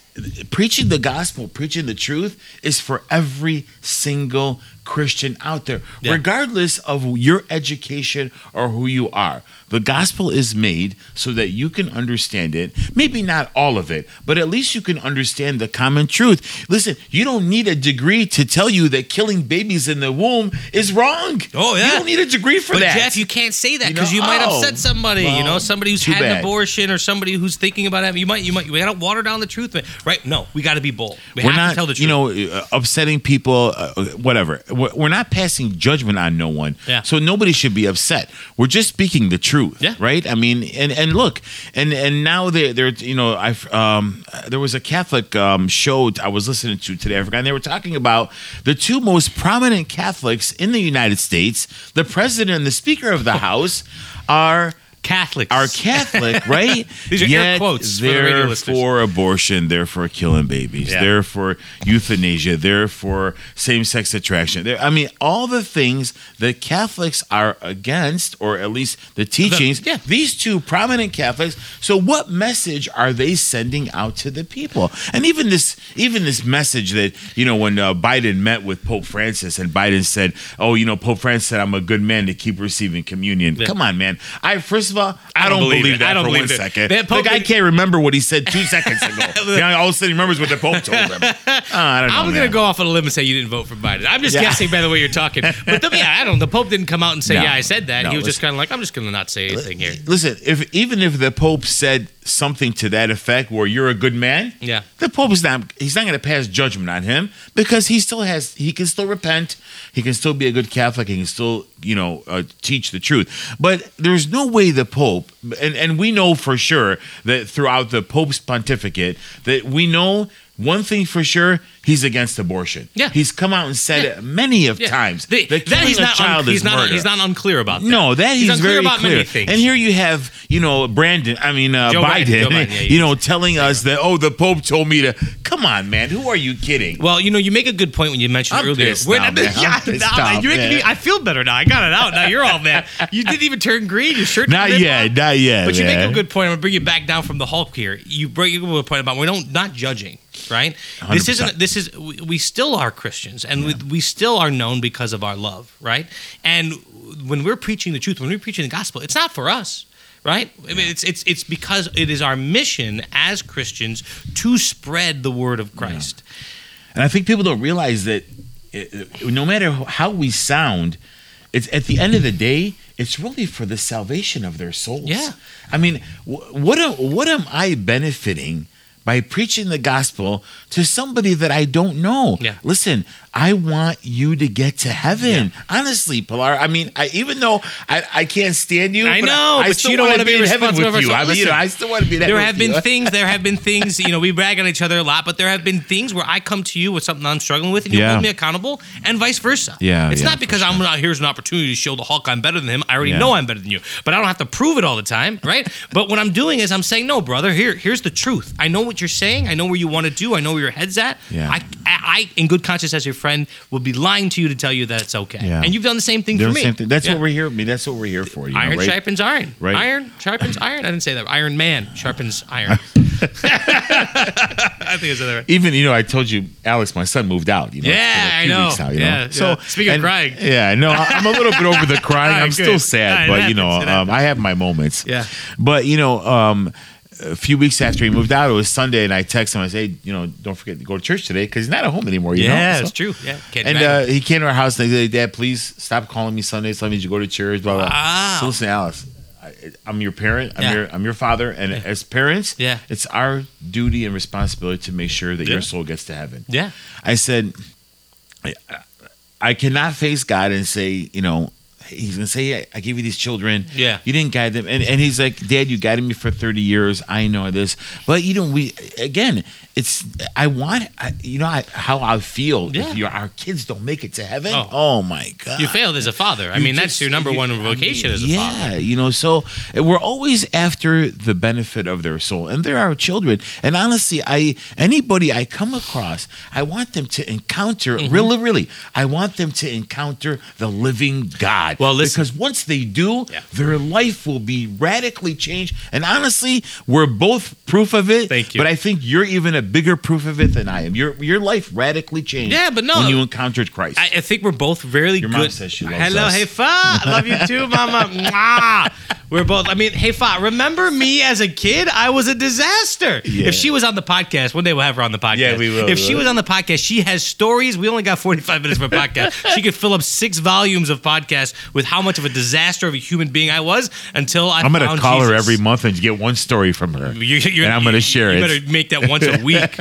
S3: preaching the gospel, preaching the truth is for every single Christian out there,
S2: Yeah.
S3: regardless of your education or who you are. The gospel is made so that you can understand it. Maybe not all of it, but at least you can understand the common truth. Listen, you don't need a degree to tell you that killing babies in the womb is wrong.
S2: Oh,
S3: You
S2: yeah.
S3: don't need a degree for
S2: But
S3: that.
S2: Jeff, you can't say that
S3: You
S2: because
S3: know,
S2: you, might
S3: oh,
S2: upset somebody. you know,
S3: well,
S2: somebody who's
S3: too
S2: had an
S3: bad.
S2: abortion or somebody who's thinking about having. You might, you might, we gotta water down the truth, man. Right? No, we gotta be bold. We
S3: we're
S2: have
S3: not,
S2: to tell the truth.
S3: you know, uh, upsetting people, uh, uh, whatever. We're, we're not passing judgment on no one.
S2: Yeah.
S3: So nobody should be upset. We're just speaking the truth.
S2: Yeah.
S3: Right. I mean, and and look, and and now they they're you know I um there was a Catholic um show I was listening to today. I forgot. And they were talking about the two most prominent Catholics in the United States. The president and the Speaker of the House are.
S2: Catholics
S3: Are Catholic, right?
S2: These are air quotes for the radio
S3: they're
S2: listeners.
S3: for abortion, they're for killing babies,
S2: Yeah.
S3: they're for euthanasia, they're for same-sex attraction. They're, I mean, all the things that Catholics are against, or at least the teachings.
S2: yeah.
S3: These two prominent Catholics. So, what message are they sending out to the people? And even this, even this message that you know, when uh, Biden met with Pope Francis, and Biden said, "Oh, you know, Pope Francis said I'm a good man to keep receiving communion." Come on, man. I first of all, I, don't, believe,
S2: it.
S3: that
S2: I don't
S3: for
S2: believe
S3: one
S2: it.
S3: second.
S2: That Pope-
S3: the guy can't remember what he said two seconds ago. Now all of a sudden, he remembers what the Pope told him. Uh, I don't know.
S2: I'm
S3: man.
S2: gonna go off on a limb and say you didn't vote for Biden. I'm just
S3: Yeah.
S2: guessing by the way you're talking. But the, yeah, I don't. The Pope didn't come out and say,
S3: No.
S2: "Yeah, I said that."
S3: No,
S2: he was just
S3: listen.
S2: kind of like, "I'm just gonna not say anything here."
S3: Listen, if even if the Pope said something to that effect, where you're a good man,
S2: Yeah.
S3: the Pope is not. He's not going to pass judgment on him because he still has. He can still repent. He can still be a good Catholic. He can still, you know, uh, teach the truth. But there's no way the Pope, and and we know for sure that throughout the Pope's pontificate, that we know one thing for sure. He's against abortion.
S2: Yeah.
S3: he's come out and said it many of
S2: Yeah.
S3: times.
S2: The-
S3: that
S2: that
S3: killing
S2: he's
S3: a
S2: not.
S3: child
S2: Un, he's
S3: is
S2: not.
S3: murder.
S2: He's not unclear about. That.
S3: No, that he's,
S2: unclear
S3: very
S2: about
S3: clear.
S2: many things.
S3: And here you have, you know, Brandon. I mean, uh,
S2: Joe
S3: Biden.
S2: Biden, Joe Biden, yeah,
S3: you know, telling us that oh, the Pope told me to. Come on, man. Who are you kidding?
S2: Well, you know, you make a good point when you mentioned
S3: I'm
S2: earlier.
S3: pissed
S2: We're
S3: now,
S2: not-
S3: man. I'm
S2: Yeah,
S3: pissed
S2: nah,
S3: off,
S2: you're making
S3: man.
S2: me- I feel better now. I got it out. Now you're all mad. You didn't even turn green. Your shirt.
S3: not
S2: didn't
S3: yet. Not yet.
S2: But you
S3: man.
S2: make a good point. I'm gonna bring you back down from the Hulk here. You bring you up a point about we don't not judging, right? This
S3: 100%.
S2: isn't. This is we, we still are Christians, and we, we still are known because of our love, right? And when we're preaching the truth, when we're preaching the gospel, it's not for us. Right, I mean, it's it's it's because it is our mission as Christians to spread the word of Christ.
S3: And I think people don't realize that it, it- no matter how we sound, it's at the end of the day, it's really for the salvation of their souls.
S2: Yeah.
S3: I mean, wh- what am, what am I benefiting by preaching the gospel to somebody that I don't know?
S2: Yeah.
S3: Listen, I want you to get to heaven. Honestly, Pilar. I mean, I, even though I, I can't stand you,
S2: I
S3: but
S2: know,
S3: I, I
S2: but
S3: still
S2: you don't
S3: wanna
S2: wanna be
S3: in heaven
S2: responsible for
S3: with you. I,
S2: something.
S3: mean, you know,
S2: Listen,
S3: I still want to be that.
S2: there
S3: with
S2: have been
S3: you.
S2: things. There have been things. You know, we brag on each other a lot, but there have been things where I come to you with something I'm struggling with, and you
S3: Yeah.
S2: hold me accountable, and vice versa.
S3: Yeah,
S2: it's
S3: yeah,
S2: not because I'm not here's an opportunity to show the Hulk I'm better than him. I already
S3: Yeah.
S2: know I'm better than you, but I don't have to prove it all the time, right? but what I'm doing is I'm saying, no, brother, here here's the truth. I know what you're saying. I know where you want to do. I know where your head's at.
S3: Yeah.
S2: I, I, I, in good conscience, as your friend, will be lying to you to tell you that it's okay.
S3: Yeah.
S2: And you've done the same thing
S3: Doing
S2: for
S3: the
S2: me.
S3: same thing. That's
S2: Yeah.
S3: what we're here. I mean, that's what we're here for. You know,
S2: Iron
S3: right?
S2: sharpens iron.
S3: Right.
S2: Iron sharpens iron. I didn't say that. Iron Man sharpens iron. I think I said that right.
S3: even you know I told you Alex, my son moved out. You know,
S2: Yeah,
S3: it's been a
S2: I
S3: few
S2: know.
S3: weeks now, you know?
S2: Yeah,
S3: so
S2: yeah. Speaking of
S3: and-
S2: crying.
S3: yeah, no, I- I'm a little bit over the crying.
S2: All
S3: I'm
S2: right,
S3: still
S2: good.
S3: sad,
S2: All right,
S3: but
S2: it
S3: you know,
S2: happens, it
S3: um, I have my moments.
S2: Yeah.
S3: but you know, um, a few weeks after he moved out, it was Sunday, and I text him. I say, hey, you know, don't forget to go to church today because he's not at home anymore. You know,
S2: Yeah,
S3: So-
S2: it's true. Yeah, can't
S3: and
S2: imagine.
S3: uh, he came to our house and they said, Dad, please stop calling me Sundays. Tell me you go to church, blah, blah.
S2: Wow.
S3: So listen, Alice, I, I'm your parent. I'm,
S2: Yeah.
S3: your, I'm your father. And as parents,
S2: Yeah.
S3: it's our duty and responsibility to make sure that
S2: Yeah.
S3: your soul gets to heaven.
S2: yeah,
S3: I said, I, I cannot face God and say, you know, he's going to say, yeah, I gave you these children.
S2: Yeah.
S3: You didn't guide them. And, and he's like, Dad, you guided me for 30 years. I know this. But, you know, we, again, it's, I want, I, you know, I, how I feel
S2: Yeah.
S3: if your, our kids don't make it to heaven.
S2: Oh.
S3: Oh, my God.
S2: you failed as a father. I
S3: You
S2: mean, that's
S3: just-
S2: your number
S3: you-
S2: one
S3: I mean,
S2: vocation as a
S3: yeah,
S2: father.
S3: you know, so and we're always after the benefit of their soul, and they're our children. And honestly, I anybody I come across, I
S2: Mm-hmm.
S3: want them to encounter really, really. I want them to encounter the living God.
S2: Well, listen-
S3: because once they do,
S2: Yeah.
S3: their life will be radically changed. And honestly, we're both proof of it.
S2: Thank you.
S3: But I think you're even a bigger proof of it than I am. Your your life radically changed.
S2: Yeah, but no.
S3: when you encountered Christ.
S2: I, I think we're both really
S3: Your
S2: good.
S3: mom says she loves
S2: Hello,
S3: us.
S2: hey fa, I love you too, mama. Mwah. We're both. I mean, hey fa, remember me as a kid? I was a disaster.
S3: Yeah.
S2: If she was on the podcast, one day we'll have her on the podcast.
S3: Yeah, we will,
S2: If she
S3: we will.
S2: was on the podcast, she has stories. We only got forty five minutes for a podcast. she could fill up six volumes of podcasts with how much of a disaster of a human being I was until I.
S3: I'm gonna
S2: found
S3: call her
S2: Oh, Jesus.
S3: every month and get one story from her,
S2: You- you-
S3: and I'm gonna
S2: you-
S3: share
S2: you
S3: it.
S2: better make that once a week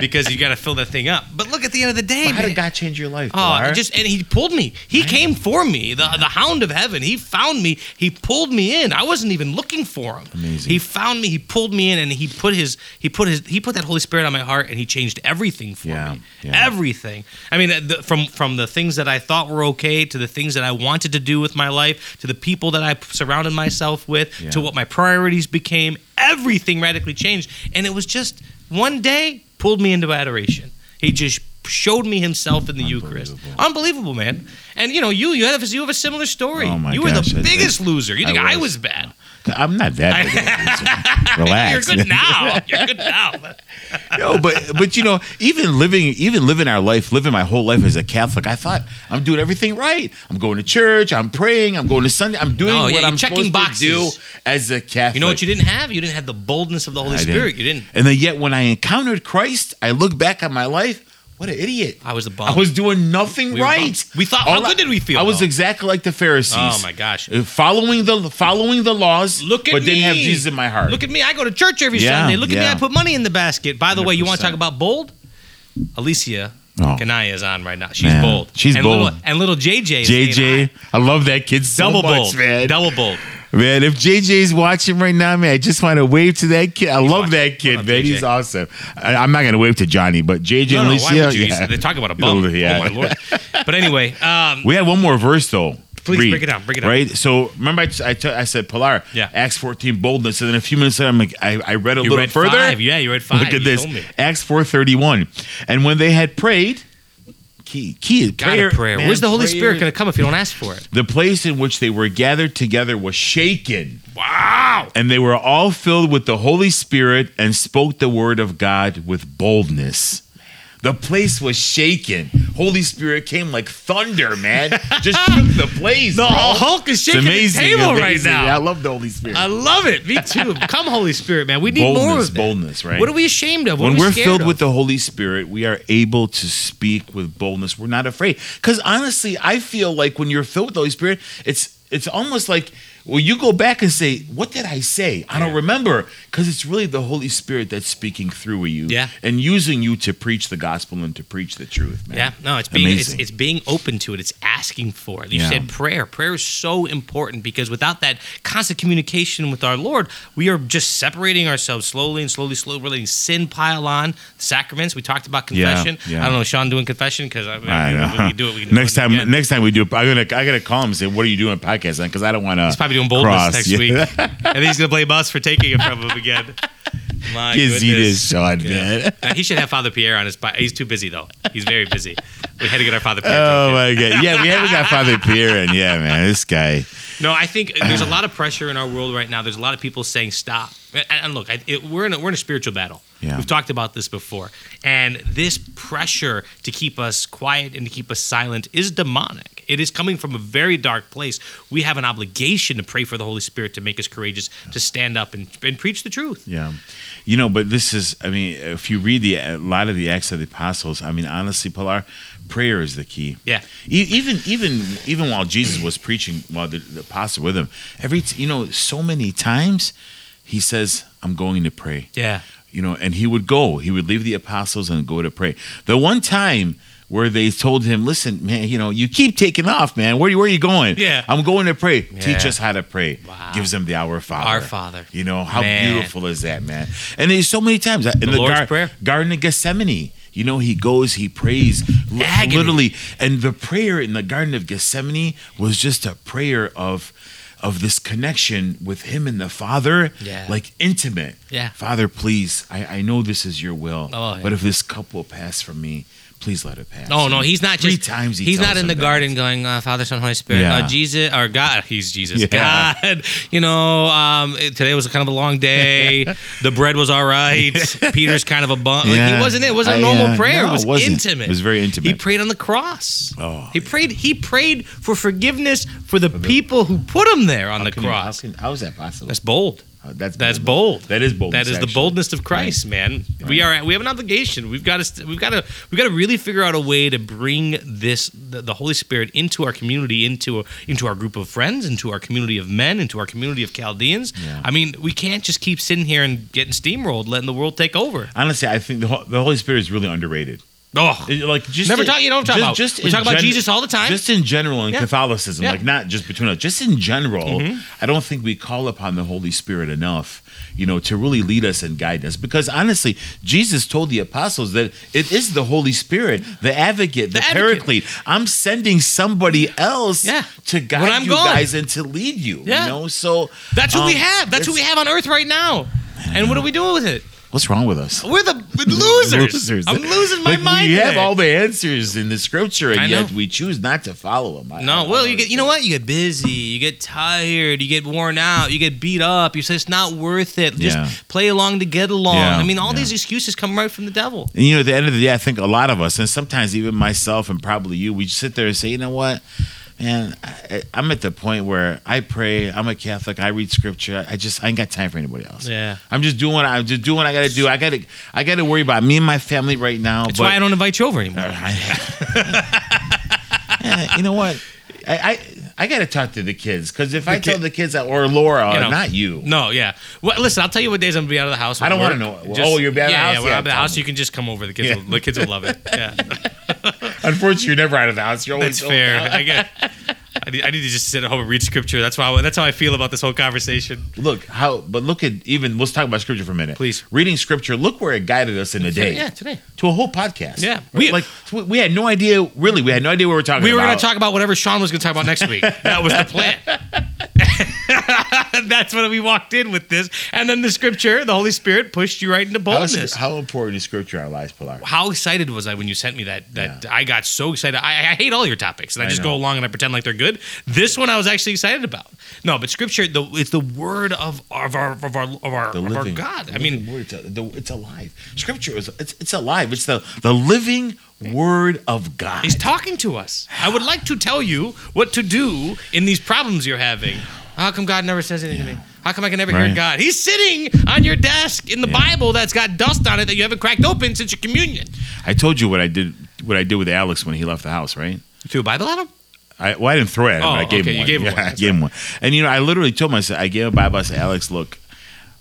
S2: because you got to fill that thing up. But look, at the end of the day,
S3: How
S2: man,
S3: did God change your life?
S2: Oh,
S3: Pilar?
S2: and just and he pulled me. He came for me. The the hound of heaven. He found me. He pulled me in. I wasn't even looking for him.
S3: Amazing.
S2: He found me. He pulled me in, and he put his he put his he put that Holy Spirit on my heart, and he changed everything for
S3: Yeah,
S2: me.
S3: yeah.
S2: Everything. I mean, uh, the, from from the things that I thought were okay to the things that I wanted to do with my life, to the people that I surrounded myself with, to
S3: Yeah.
S2: what my priorities became. Everything radically changed, and it was just one day pulled me into adoration. He just showed me himself in the Eucharist.
S3: Unbelievable.
S2: Unbelievable, man. And you know, you you have you have a similar story.
S3: Oh, my
S2: you were
S3: gosh,
S2: the
S3: I
S2: biggest
S3: think-
S2: loser. You
S3: I
S2: think I was,
S3: was.
S2: bad?
S3: I'm not that. Big of a loser. Relax.
S2: You're good now. You're good now.
S3: no, but but you know, even living even living our life, living my whole life as a Catholic, I thought I'm doing everything right. I'm going to church. I'm praying. I'm going to Sunday. I'm doing
S2: No,
S3: what
S2: yeah, you're
S3: I'm
S2: checking
S3: supposed
S2: boxes.
S3: to do as a Catholic.
S2: You know what you didn't have? You didn't have the boldness of the Holy
S3: I
S2: Spirit. You didn't.
S3: And then yet, when I encountered Christ, I look back on my life. What an idiot!
S2: I was a bum.
S3: I was doing nothing
S2: We were
S3: right.
S2: bum. We thought- how
S3: I-
S2: good did we feel,
S3: I was
S2: though?
S3: exactly like the Pharisees.
S2: Oh my gosh.
S3: Uh, Following the following the laws,
S2: Look at
S3: but
S2: me.
S3: didn't have Jesus in my heart.
S2: Look at me. I go to church every
S3: Yeah,
S2: Sunday. Look at
S3: yeah.
S2: me. I put money in the basket. By the way, you want to
S3: 100%.
S2: talk about bold? Alicia
S3: Oh.
S2: Kanaya is on right now. She's
S3: Man,
S2: bold.
S3: she's
S2: and
S3: bold.
S2: Little, and little JJ. is saying
S3: JJ,
S2: hi.
S3: I love that kid so
S2: Double
S3: much,
S2: bold.
S3: man.
S2: Double bold.
S3: Man, if JJ's watching right now, man, I just want to wave to that kid. I love
S2: watching.
S3: that kid,
S2: Hold on,
S3: man.
S2: JJ.
S3: He's awesome. I, I'm not going to wave to Johnny, but JJ
S2: No,
S3: and
S2: no,
S3: Alicia.
S2: why would you?
S3: yeah.
S2: They talk about a bum.
S3: Yeah.
S2: Oh my lord. But anyway, um,
S3: We had one more verse though.
S2: Please break it down, break it down.
S3: Right. So remember, I, I, t- I said Pilar.
S2: Yeah.
S3: Acts 14 boldness, and then a few minutes later, I'm like, I, I read a
S2: you
S3: little
S2: read
S3: further.
S2: five. Yeah, you read five.
S3: Look at
S2: You
S3: this.
S2: told me.
S3: Acts 4:31. And when they had prayed, key key
S2: God
S3: prayer.
S2: of prayer.
S3: man,
S2: Where's the Holy
S3: prayer-
S2: Spirit going to come if you don't ask for it?
S3: The place in which they were gathered together was shaken.
S2: Wow.
S3: And they were all filled with the Holy Spirit and spoke the word of God with boldness. The place was shaken. Holy Spirit came like thunder, man. Just shook the place.
S2: The
S3: bro.
S2: Hulk is shaking the table right
S3: amazing. I
S2: now.
S3: love the Holy Spirit.
S2: I love it. Me too. Come, Holy Spirit, man. We need more
S3: boldness,
S2: of that.
S3: boldness, right?
S2: What are we ashamed of? What
S3: when
S2: are we
S3: we're
S2: scared
S3: filled
S2: of?
S3: with the Holy Spirit, we are able to speak with boldness. We're not afraid. Because honestly, I feel like when you're filled with the Holy Spirit, it's it's almost like well, you go back and say, "What did I say? I don't remember." Because it's really the Holy Spirit that's speaking through you,
S2: Yeah.
S3: and using you to preach the gospel and to preach the truth, man.
S2: Yeah, no, it's being it's,
S3: Amazing.
S2: it's being open to it. It's asking for it. You
S3: Yeah.
S2: said prayer. Prayer is so important because without that constant communication with our Lord, we are just separating ourselves slowly and slowly, slowly letting sin pile on. Sacraments. We talked about
S3: Yeah,
S2: confession.
S3: yeah.
S2: I don't know, Sean doing confession because I, mean,
S3: I
S2: we-
S3: know.
S2: we can do it. We can do
S3: next
S2: it
S3: time,
S2: again.
S3: next time we do, I'm gonna, I gotta call him and say, "What are you doing, podcast?" Because I don't want to.
S2: He's probably doing boldness next week, and he's gonna blame us for taking it from him again. My
S3: Yes, he
S2: goodness.
S3: is, Sean,
S2: Yeah.
S3: man.
S2: Uh, he should have Father Pierre on his. bi- He's too busy though. He's very busy. We had to get our Father Pierre.
S3: Oh
S2: back in.
S3: my god! Yeah, we haven't got Father Pierre, and yeah, man, this guy.
S2: No, I think there's a lot of pressure in our world right now. There's a lot of people saying stop. And, and look, I, it, we're in a, we're in a spiritual battle.
S3: Yeah.
S2: We've talked about this before, and this pressure to keep us quiet and to keep us silent is demonic. It is coming from a very dark place. We have an obligation to pray for the Holy Spirit to make us courageous to stand up and, and preach the truth.
S3: Yeah, you know, but this is. I mean, if you read the a lot of the Acts of the Apostles, I mean, honestly, Pilar, prayer is the key.
S2: Yeah.
S3: E- even even even while Jesus was preaching, while the, the apostles were with him, every t- you know, so many times, he says, "I'm going to pray."
S2: Yeah.
S3: you know, and he would go. He would leave the apostles and go to pray. The one time where they told him, "Listen, man, you know, you keep taking off, man. Where you where you going?
S2: Yeah.
S3: I'm going to pray. Teach
S2: Yeah.
S3: us how to pray.
S2: Wow.
S3: Gives them the Our Father.
S2: Our Father.
S3: You know how
S2: Man.
S3: beautiful is that, man? And there's so many times uh, in the,
S2: Lord's Prayer.
S3: Garden of Gethsemane. You know, he goes, he prays, li-
S2: Agony.
S3: literally, and the prayer in the Garden of Gethsemane was just a prayer of. Of this connection with him and the Father,
S2: Yeah.
S3: like intimate.
S2: Yeah.
S3: Father, please, I, I know this is your will,
S2: Oh, yeah.
S3: but if this cup will pass from me, please let it pass.
S2: Oh no, he's not
S3: Three
S2: just
S3: times he
S2: he's
S3: tells
S2: not in
S3: him
S2: the
S3: that.
S2: garden going uh, Father, Son, Holy Spirit.
S3: Yeah.
S2: Uh, Jesus or God, he's Jesus.
S3: Yeah.
S2: God, you know, um, it- today was kind of a long day. the bread was all right. Peter's kind of a bum. Like,
S3: Yeah.
S2: he wasn't. It wasn't
S3: I,
S2: a normal
S3: uh,
S2: prayer.
S3: no,
S2: it was
S3: it wasn't.
S2: intimate.
S3: It was very intimate.
S2: He prayed on the cross.
S3: Oh,
S2: he prayed. He prayed for forgiveness for the people who put him there on the
S3: Can you- how
S2: cross.
S3: can- how is that possible?
S2: That's bold.
S3: Uh, that's
S2: That's bold.
S3: That is bold.
S2: That is the boldness of Christ, man. We are we have an obligation. We've got to we've got to we've got to really figure out a way to bring this the, the Holy Spirit into our community, into into our group of friends, into our community of men, into our community of Chaldeans.
S3: Yeah.
S2: I mean, we can't just keep sitting here and getting steamrolled, letting the world take over.
S3: Honestly, I think the, Hol- the Holy Spirit is really underrated.
S2: Oh,
S3: It- like just
S2: Never talk- you know what I'm talking about. We
S3: in
S2: talk about Jesus all the time.
S3: Just in general in
S2: Yeah.
S3: Catholicism,
S2: Yeah. Mm-hmm.
S3: like not just between us, just in general, I don't think we call upon the Holy Spirit enough, you know, to really lead us and guide us. Because honestly, Jesus told the apostles that it is the Holy Spirit, the advocate, the,
S2: The advocate.
S3: paraclete. I'm sending somebody else
S2: Yeah.
S3: to guide
S2: When I'm
S3: you
S2: gone.
S3: guys and to lead you.
S2: Yeah.
S3: You know, so
S2: that's what we
S3: um,
S2: have. That's what we
S3: it's-
S2: have on Earth right now. And what are we doing with it?
S3: What's wrong with us?
S2: We're the we're losers. I'm losing my
S3: Like,
S2: mind.
S3: We have
S2: today.
S3: all the answers in the scripture, and
S2: I know.
S3: yet we choose not to follow them. I-
S2: No,
S3: I-
S2: well,
S3: I-
S2: you get you know what? You get busy, you get tired, you get worn out, you get beat up. You say it's not worth it. Just
S3: Yeah.
S2: play along to get along.
S3: Yeah,
S2: I mean, all
S3: yeah.
S2: these excuses come right from the devil.
S3: And you know, at the end of the day, I think a lot of us, and sometimes even myself and probably you, we just sit there and say, you know what, man, I, I'm at the point where I pray, I'm a Catholic, I read scripture, I just I ain't got time for anybody else.
S2: Yeah.
S3: I'm just doing what I'm just doing what I got to do. I got to I got to worry about me and my family right now.
S2: That's
S3: but, Uh,
S2: why I don't invite you over anymore.
S3: Eh, you know what, I. I I gotta talk to the kids because if I tell the kids that, or Laura,
S2: You
S3: or
S2: know.
S3: not you,
S2: No, yeah. Well, listen, I'll tell you what days I'm gonna be out of the house.
S3: I don't
S2: Work.
S3: wanna know. Oh, you're
S2: yeah, Yeah, we're
S3: out of the house? Yeah,
S2: out of the
S3: tell
S2: house.
S3: me.
S2: You can just come over. The kids,
S3: Yeah.
S2: will, the kids will love it. Yeah,
S3: Unfortunately, you're never out of the house. You're always
S2: that's fair. I get. I need, I need to just sit at home and read scripture. That's why. I- That's how I feel about this whole conversation.
S3: Look how, but look at even. Let's talk about scripture for a minute,
S2: Please.
S3: Reading scripture, look where it guided us in a day.
S2: Yeah, today.
S3: to a whole podcast.
S2: Yeah.
S3: we
S2: We-
S3: like we- we had no idea. Really, we had no idea what we were talking.
S2: We were
S3: about.
S2: going to talk about whatever Sean was going to talk about next week. That was the plan. That's when we walked in with this. And then the scripture, the Holy Spirit pushed you right into
S3: How,
S2: boldness.
S3: is-
S2: How,
S3: how important is scripture in our lives, Pilar?
S2: excited was I when you sent me that? That I got so excited. I, I hate all your topics, and I just go
S3: know.
S2: along and I pretend like they're good. This one I was actually excited about. No, but scripture, the, it's the word of, of our of our of our,
S3: The
S2: of our
S3: living
S2: God. I
S3: the
S2: mean,
S3: living word, it's, a- the- it's alive. Scripture is it's, it's alive. It's the the living word of God.
S2: He's talking to us. I would like to tell you what to do in these problems you're having. How come God never says anything to me? How come I can never hear
S3: Right.
S2: God? He's sitting on your desk in the Bible that's got dust on it that you haven't cracked open since your communion.
S3: I told you what I did. What I did with Alex when he left the house, right?
S2: Through a Bible at him?
S3: I, well, I didn't throw it at him.
S2: Oh,
S3: I gave
S2: okay,
S3: him
S2: you
S3: one.
S2: gave him
S3: yeah,
S2: one.
S3: I
S2: That's
S3: gave him one. And you know, I literally told myself, I gave him a Bible. I said, Alex, look,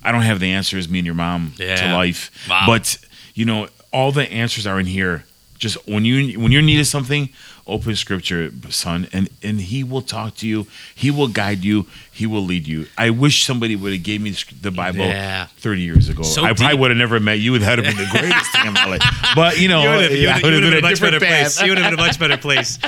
S3: I don't have the answers, me and your mom, to
S2: Yeah.
S3: life.
S2: Wow.
S3: But you know, all the answers are in here. Just when you when you're needed something, open Scripture, son, and and He will talk to you. He will guide you. He will lead you. I wish somebody would have gave me the Bible
S2: Yeah.
S3: 30 years ago.
S2: So
S3: I probably
S2: deep.
S3: would have never met you. That would have been the greatest thing in my life. But you know,
S2: You would have,
S3: I would
S2: been,
S3: have been
S2: in a much better
S3: different path.
S2: place. You would have been in a much better place.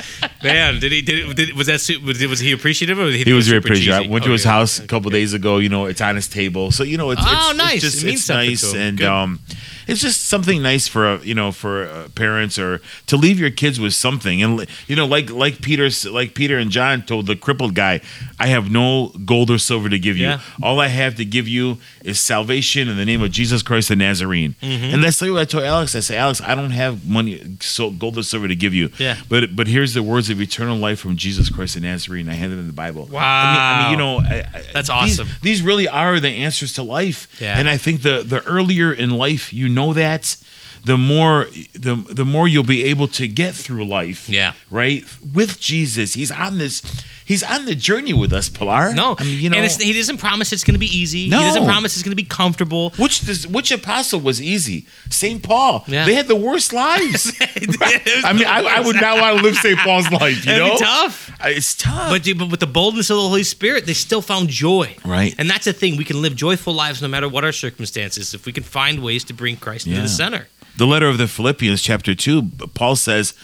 S2: Man, did he? Did, did was that? su- Was, was he appreciative? Or was he,
S3: He was very
S2: super
S3: appreciative. I
S2: cheesy?
S3: went to
S2: Oh,
S3: his
S2: yeah.
S3: house a couple days ago. You know, it's on his table, so you know it's,
S2: Oh,
S3: it's, it's
S2: nice.
S3: just
S2: It means
S3: it's
S2: something
S3: nice,
S2: to him.
S3: and
S2: Good.
S3: um, it's just something nice for uh, you know for uh, parents or to leave your kids with something, and li- you know, like like Peter like Peter and John told the crippled guy, I have no gold or silver to give you.
S2: Yeah.
S3: All I have to give you is salvation in the name of Jesus Christ the Nazarene.
S2: Mm-hmm.
S3: And that's like what I told Alex. I said, Alex, I don't have money, so gold or silver to give you.
S2: Yeah.
S3: But but here's the words of eternal life from Jesus Christ the Nazarene. I handed him the Bible. I mean, I mean, you know, I, I,
S2: That's
S3: these-
S2: awesome.
S3: These, really are the answers to life.
S2: Yeah.
S3: And I think the the earlier in life you know that, the more the the more you'll be able to get through life.
S2: Yeah.
S3: Right with Jesus, he's on this. He's on the journey with us, Pilar.
S2: No,
S3: I mean, you know,
S2: and it's, he doesn't promise it's going to be easy.
S3: No.
S2: He doesn't promise it's going to be comfortable.
S3: which this, which apostle was easy? Saint Paul.
S2: Yeah.
S3: They had the worst lives.
S2: It
S3: I
S2: was
S3: mean, I, I would not want to live Saint Paul's life. You
S2: That'd
S3: know,
S2: be tough.
S3: I- It's tough.
S2: But, but with the boldness of the Holy Spirit, they still found joy.
S3: Right.
S2: And that's the thing. We can live joyful lives no matter what our circumstances if we can find ways to bring Christ into
S3: Yeah.
S2: the center.
S3: the letter of the Philippians, chapter two, Paul says,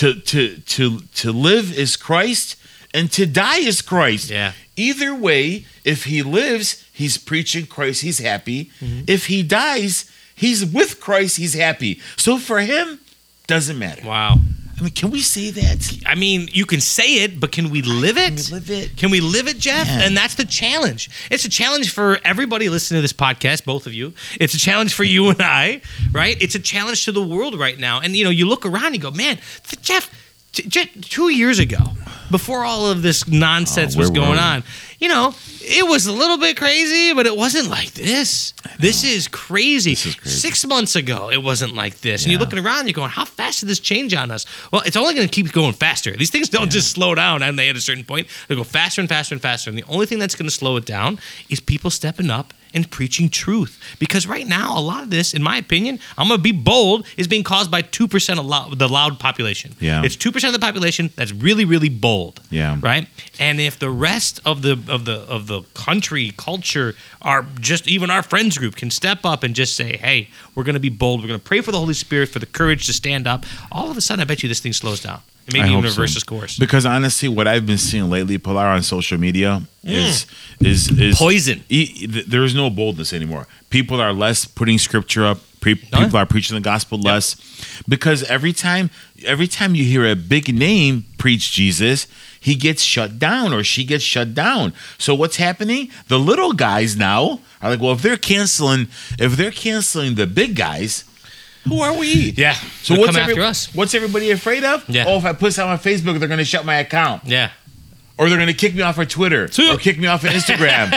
S3: "To to to to live is Christ, and to die is Christ."
S2: Yeah.
S3: Either way, if he lives, he's preaching Christ. He's Mm-hmm. happy. If he dies, he's with Christ. He's happy. So for him, Doesn't matter.
S2: Wow.
S3: I mean, can we say that?
S2: I mean, you can say it, but can we live it?
S3: we live it?
S2: Can we live it, Jeff?
S3: Man.
S2: And that's the challenge. It's a challenge for everybody listening to this podcast, both of you. It's a challenge for you and I, right? It's a challenge to the world right now. And you know, you look around and go, man, th- Jeff, t- j- two years ago, before all of this nonsense
S3: Oh, where
S2: was
S3: were
S2: going
S3: we?
S2: on, you know, it was a little bit crazy, but it wasn't like this. This is crazy.
S3: is crazy.
S2: Six months ago, it wasn't like this. And you're
S3: Yeah.
S2: looking around, you're going, how fast did this change on us? Well, it's only going to keep going faster. These things don't just slow down, and they at a certain point, they go faster and faster and faster. And the only thing that's going to slow it down is people stepping up and preaching truth. Because right now, a lot of this, in my opinion, I'm going to be bold, is being caused by 2% of lo- the loud population.
S3: Yeah.
S2: It's 2% of the population that's really, really bold.
S3: Yeah.
S2: Right? And if the rest of the of the of the country culture are just even our friends group can step up and just say, "Hey, we're going to be bold. We're going to pray for the Holy Spirit for the courage to stand up." All of a sudden, I bet you this thing slows down. It
S3: I
S2: maybe even
S3: hope so.
S2: reverses course.
S3: Because honestly, what I've been seeing lately, Pilar on social media is is is
S2: Poison.
S3: E- th- there is no boldness anymore. People are less putting scripture up. Pre-
S2: None.
S3: people are preaching the gospel less because every time every time you hear a big name preach Jesus, he gets shut down or she gets shut down. So what's happening? The little guys now are like, well, if they're canceling, if they're canceling the big guys, who are we?
S2: yeah.
S3: So
S2: It'll
S3: what's,
S2: come
S3: every-
S2: after us?
S3: what's everybody afraid of?
S2: Yeah.
S3: Oh, if I put something on Facebook, they're going to shut my account,
S2: Yeah.
S3: or they're going to kick me off of Twitter,
S2: Two.
S3: or kick me off of Instagram.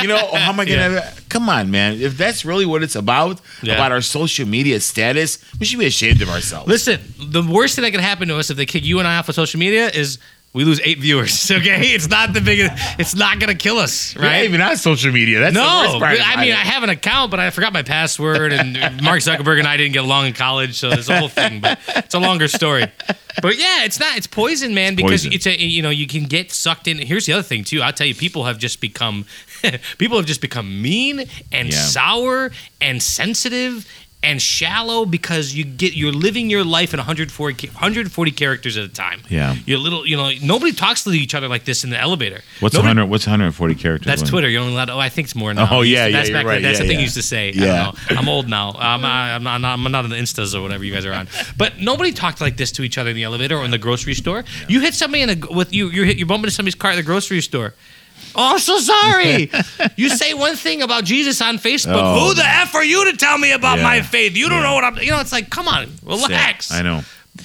S3: you know, oh, how am I going to? Come on, man. If that's really what it's about,
S2: Yeah.
S3: about our social media status, we should be ashamed of ourselves.
S2: Listen, the worst thing that could happen to us if they kick you and I off of social media is we lose eight viewers. Okay, it's not the biggest. It's not going to kill us,
S3: You're not
S2: right?
S3: even on social media. That's the
S2: No,
S3: worst part
S2: I
S3: about
S2: mean
S3: it.
S2: I have an account, but I forgot my password, and Mark Zuckerberg and I didn't get along in college, so there's a whole thing. But it's a longer story. But yeah, it's not. It's poison, man, because
S3: poison.
S2: it's a you know you can get sucked in. Here's the other thing too. I'll tell you, people have just become people have just become mean and
S3: Yeah.
S2: sour and sensitive. And shallow because you get you're living your life in 140 ca- 140 characters at a time.
S3: Yeah.
S2: you're little. You know, nobody talks to each other like this in the elevator.
S3: what's
S2: Nobody
S3: 100? What's 140 characters?
S2: that's
S3: When-
S2: Twitter. You're only allowed. Oh, I think it's more now.
S3: Oh,
S2: It used
S3: yeah,
S2: to-
S3: yeah,
S2: That's
S3: you're
S2: back then-
S3: right.
S2: That's
S3: Yeah,
S2: the thing
S3: yeah.
S2: you used to say.
S3: Yeah.
S2: I don't know. I'm old now. Um, I, I'm, not, I'm not on the Instas or whatever you guys are on. But nobody talked like this to each other in the elevator or in the grocery store. You hit somebody in a with you. You hit. You bump into somebody's car at the grocery store. Oh, I'm so sorry. you say one thing about Jesus on Facebook.
S3: Oh.
S2: Who the f are you to tell me about
S3: Yeah.
S2: my faith? You don't
S3: Yeah.
S2: know what I'm. You know, it's like, come on, relax.
S3: I know.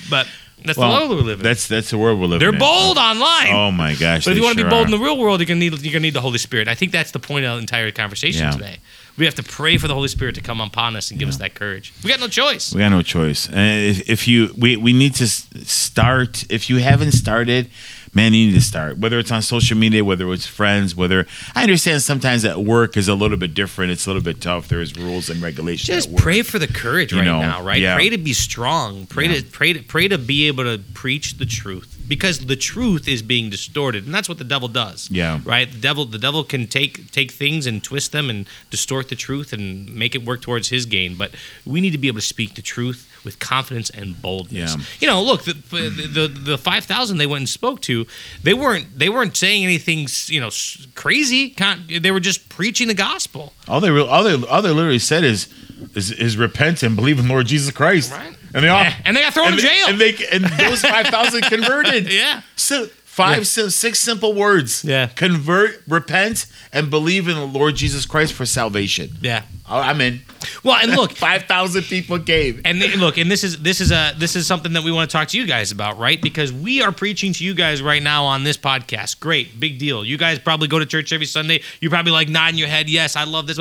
S2: But that's
S3: Well,
S2: the world we're living. in.
S3: That's that's the world we're living.
S2: They're
S3: in.
S2: bold online.
S3: Oh my gosh.
S2: But if
S3: they
S2: you want to be
S3: sure
S2: bold
S3: are.
S2: in the real world, you're gonna need you're gonna need the Holy Spirit. I think that's the point of the entire conversation
S3: Yeah.
S2: today. We have to pray for the Holy Spirit to come upon us and give us that courage. We got no choice.
S3: We got no choice. And if, if you, we, we need to s- start. If you haven't started, man, you need to start. Whether it's on social media, whether it's friends, whether I understand sometimes at work is a little bit different. It's a little bit tough. There is rules and regulations.
S2: Just
S3: at work.
S2: pray for the courage
S3: You
S2: right
S3: know,
S2: now, right?
S3: yeah.
S2: Pray to be strong. Pray to pray to pray to be able to preach the truth because the truth is being distorted, and that's what the devil does.
S3: Yeah.
S2: right. The devil the devil can take take things and twist them and distort the truth and make it work towards his gain. But we need to be able to speak the truth with confidence and boldness.
S3: Yeah.
S2: You know, look the the the, the five thousand they went and spoke to, they weren't they weren't saying anything you know s- crazy. Con- They were just preaching the gospel.
S3: All they, real, all they, all they literally said is, is, is repent and believe in Lord Jesus Christ.
S2: Right.
S3: And they all,
S2: And they got thrown in
S3: and
S2: jail.
S3: They, and they, and those five thousand converted.
S2: Yeah.
S3: So five,
S2: Yeah.
S3: si- six simple words.
S2: Yeah.
S3: Convert, repent, and believe in the Lord Jesus Christ for salvation.
S2: yeah.
S3: Oh, I'm in.
S2: Well, and look,
S3: Five thousand people gave.
S2: and they, look, and this is this is a this is something that we want to talk to you guys about, right? Because we are preaching to you guys right now on this podcast. Great, big deal. You guys probably go to church every Sunday. You're probably like nodding your head, yes, I love this.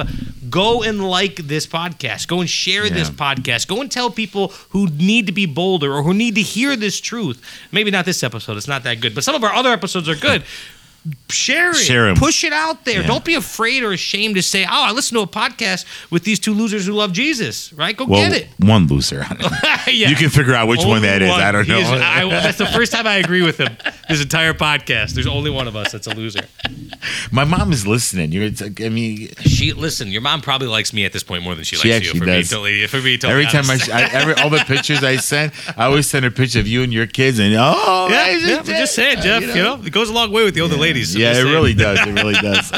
S2: Go and like this podcast. Go and share this
S3: Yeah.
S2: podcast. Go and tell people who need to be bolder or who need to hear this truth. Maybe not this episode; it's not that good, but some of our other episodes are good. Share it.
S3: Share 'em.
S2: Push it out there.
S3: Yeah.
S2: Don't be afraid or ashamed to say, "Oh, I listened to a podcast with these two losers who love Jesus." Right? Go
S3: Well,
S2: get it.
S3: one loser.
S2: Yeah.
S3: You can figure out which one
S2: Only
S3: that is. I don't
S2: He
S3: know.
S2: is- I- that's the first time I agree with him this entire podcast. There's only one of us that's a loser.
S3: My mom is listening. You're. it's like- I mean,
S2: She listen. Your mom probably likes me at this point more than she,
S3: She
S2: likes you.
S3: actually
S2: For
S3: does.
S2: me, totally. For me, totally.
S3: every time I,
S2: honest.
S3: I every all the pictures I send, I always send a picture of you and your kids, and oh,
S2: yeah,
S3: I
S2: yeah, just, just saying, Jeff. You know? it goes a long way with the older ladies. so
S3: Yeah,
S2: just
S3: it
S2: saying.
S3: really does. It really does.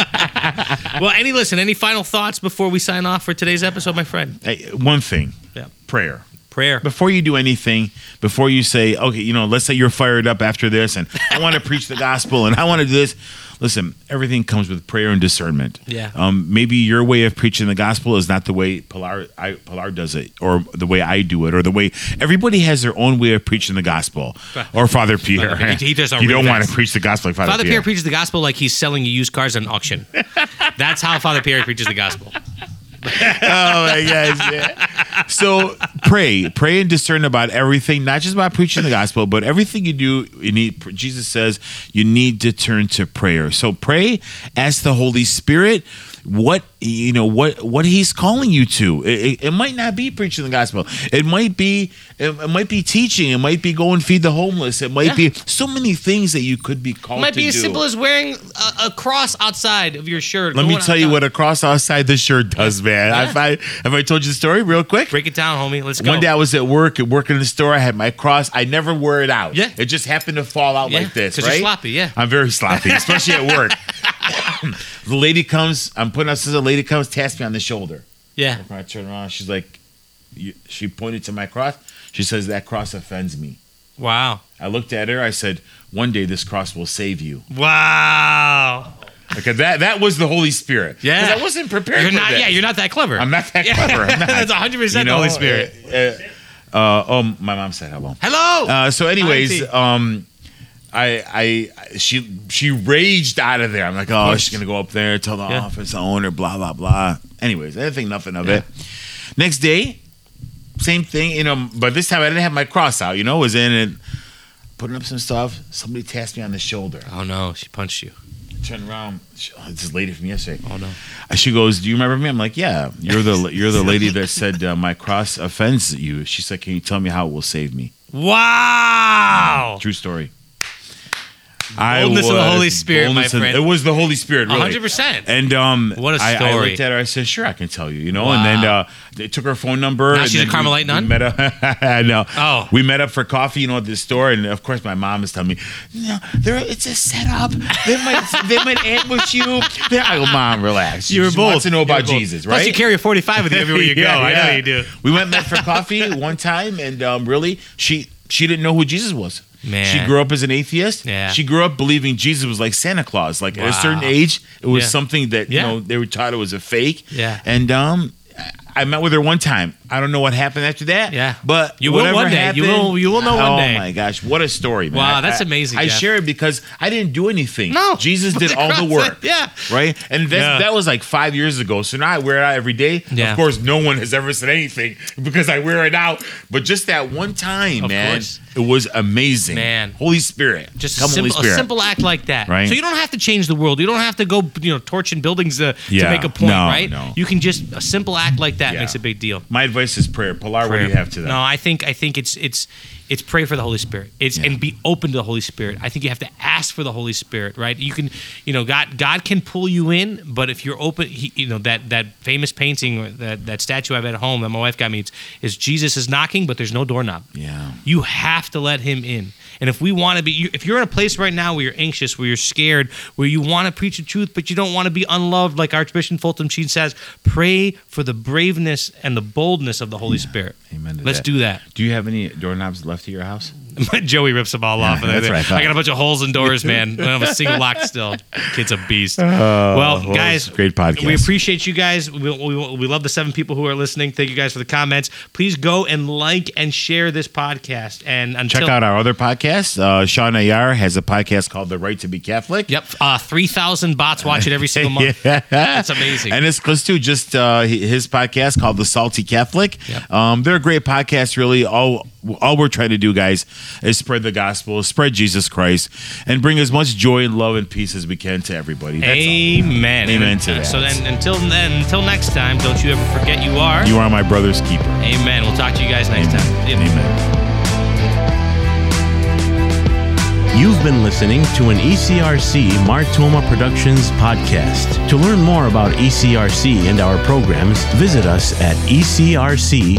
S2: Well, any listen, any final thoughts before we sign off for today's episode, my friend?
S3: Hey, one thing.
S2: Yeah.
S3: Prayer.
S2: prayer.
S3: before you do anything, before you say, okay, you know, let's say you're fired up after this and I want to preach the gospel and I want to do this. Listen, everything comes with prayer and discernment.
S2: Yeah.
S3: Um, maybe your way of preaching the gospel is not the way Pilar, I, Pilar does it or the way I do it or the way everybody has their own way of preaching the gospel or Father Pierre.
S2: Pierre. He- he does our
S3: you don't
S2: remix.
S3: want to preach the gospel like Father,
S2: Father Pierre.
S3: Pierre.
S2: preaches the gospel like he's selling you used cars at an auction. That's how Father Pierre preaches the gospel.
S3: oh my gosh. yeah. So pray, pray and discern about everything, not just about preaching the gospel, but everything you do. You need Jesus says you need to turn to prayer. So pray, ask the Holy Spirit what you know what what he's calling you to it, it- it might not be preaching the gospel it might be it, it might be teaching it might be go and feed the homeless it might be so many things that you could be called
S2: It might
S3: to
S2: be as
S3: do.
S2: simple as wearing a, a cross outside of your shirt.
S3: let me
S2: Going
S3: tell you
S2: outside.
S3: what a cross outside the shirt does man If I, have i told you the story real quick
S2: Break it down, homie. Let's go.
S3: One day I was at work, at work in the store. I had my cross. I never wear it out.
S2: Yeah.
S3: It just happened to fall out
S2: Yeah,
S3: like this.
S2: 'cause
S3: right?
S2: you're sloppy, yeah.
S3: I'm very sloppy, especially at work. the lady comes. I'm putting up. So the lady comes, taps me on the shoulder.
S2: yeah.
S3: I turn around. She's like, you, she pointed to my cross. She says that cross offends me.
S2: Wow.
S3: I looked at her. I said, one day this cross will save you.
S2: Wow.
S3: Okay, that that was the Holy Spirit. 'Cause
S2: Yeah.
S3: I wasn't prepared.
S2: You're
S3: for
S2: not.
S3: that.
S2: Yeah, you're not that clever.
S3: I'm not that clever. I'm not.
S2: That's 100
S3: You
S2: percent the
S3: know,
S2: Holy Spirit.
S3: uh, uh, oh, my mom said hello.
S2: Hello.
S3: Uh, so, anyways,
S2: Auntie.
S3: um, I, I, she, she raged out of there. I'm like, oh, she's gonna go up there, tell the
S2: Yeah.
S3: office owner, blah blah blah. Anyways, I didn't think nothing of it. Next day, same thing, you know. But this time, I didn't have my cross out. You know, I was in and putting up some stuff. Somebody tapped me on the shoulder.
S2: oh no, she punched you.
S3: Turn around. She, oh, this is lady from yesterday.
S2: Oh no.
S3: She goes, "Do you remember me?" I'm like, "Yeah, you're the you're the lady that said uh, my cross offends you." She said, "Can you tell me how it will save me?"
S2: Wow.
S3: True story. I
S2: Boldness of the
S3: was-
S2: Holy Spirit, my
S3: boldness of-
S2: friend.
S3: it was the Holy Spirit, really.
S2: 100 percent.
S3: And um,
S2: What a
S3: I- I,
S2: story.
S3: looked at her. I said, "Sure, I can tell you." You know.
S2: Wow.
S3: And then uh, they took her phone number.
S2: Now
S3: and
S2: she's a
S3: then we-
S2: Carmelite nun?
S3: We met up. no.
S2: Oh.
S3: We met up for coffee. You know, at this store, and of course, my mom is telling me, "No, they're, it's a setup. They might, they might ambush you." I go, "Mom, relax. You
S2: were
S3: she
S2: bold.
S3: wants to know about Jesus, right?"
S2: Plus you carry a 45 with you everywhere you go.
S3: Yeah,
S2: I know
S3: yeah.
S2: you do.
S3: We went met for coffee one time, and um, really, she she didn't know who Jesus was.
S2: Man.
S3: She grew up as an atheist.
S2: Yeah.
S3: She grew up believing Jesus was like Santa Claus. Like at a
S2: Wow.
S3: certain age, it was
S2: Yeah.
S3: something that
S2: Yeah.
S3: you know they were taught it was a fake.
S2: Yeah.
S3: And um, I- I met with her one time. I don't know what happened after that.
S2: Yeah.
S3: But
S2: You will
S3: whatever
S2: one day. You
S3: happened-
S2: will- you will know one
S3: oh
S2: day.
S3: my gosh, what a story, man!
S2: Wow,
S3: I-
S2: that's
S3: I-
S2: amazing,
S3: I,
S2: Jeff.
S3: share it because I didn't do anything.
S2: No,
S3: Jesus
S2: but
S3: did
S2: the
S3: all the
S2: cross-
S3: work.
S2: yeah.
S3: Right. And that's,
S2: Yeah.
S3: that was like five years ago. So now I wear it out every day.
S2: Yeah.
S3: Of course, no one has ever said anything because I wear it out. But just that one time,
S2: Of
S3: man,
S2: course.
S3: it was amazing.
S2: Man.
S3: Holy Spirit.
S2: Just a
S3: come,
S2: simple,
S3: Holy Spirit.
S2: a simple act like that.
S3: Right.
S2: So you don't have to change the world. You don't have to go, you know, torching buildings to, to
S3: Yeah.
S2: make a point,
S3: No,
S2: right?
S3: no.
S2: You can just a simple act like that
S3: Yeah.
S2: makes a big deal.
S3: My advice is prayer. Pilar, what do you
S2: prayer.
S3: have to that?
S2: No, I think I think it's it's it's pray for the Holy Spirit. It's and be open to the Holy Spirit. I think you have to ask for the Holy Spirit, right? You can, you know, God God can pull you in, but if you're open, he, you know that that famous painting or that that statue I've at home that my wife got me it's, is Jesus is knocking, but there's no doorknob.
S3: Yeah.
S2: You have to let him in. And if we want to be, you, if you're in a place right now where you're anxious, where you're scared, where you want to preach the truth, but you don't want to be unloved, like Archbishop Fulton Sheen says, pray for the braveness and the boldness of the Holy Spirit.
S3: Amen to
S2: Let's
S3: that.
S2: do that.
S3: Do you have any doorknobs left to your house?
S2: Joey rips them all off. and
S3: that's
S2: I,
S3: what I thought.
S2: got a bunch of holes in doors, man. I don't have a single lock still. Kid's a beast. well,
S3: Oh, well,
S2: guys,
S3: it's a great podcast.
S2: We appreciate you guys. We, we, we love the seven people who are listening. Thank you guys for the comments. Please go and like and share this podcast. And until
S3: Check out our other podcast. Uh, Sean Ayar has a podcast called The Right to Be Catholic.
S2: Yep, uh, three thousand bots watch it every single month. That's amazing.
S3: And it's close to just uh, hi- his podcast called The Salty Catholic.
S2: Yep.
S3: Um, they're a great podcast, really. All all we're trying to do, guys, is spread the gospel, spread Jesus Christ, and bring as much joy and love and peace as we can to everybody. That's
S2: Amen.
S3: Amen to that.
S2: So then, until then, until next time, don't you ever forget you are.
S3: all. You are my brother's keeper.
S2: Amen. We'll talk to you guys next time. See you.
S3: Amen.
S1: You've been listening to an E ECRC Martoma Productions podcast. To learn more about E ECRC and our programs, visit us at ecrc.us.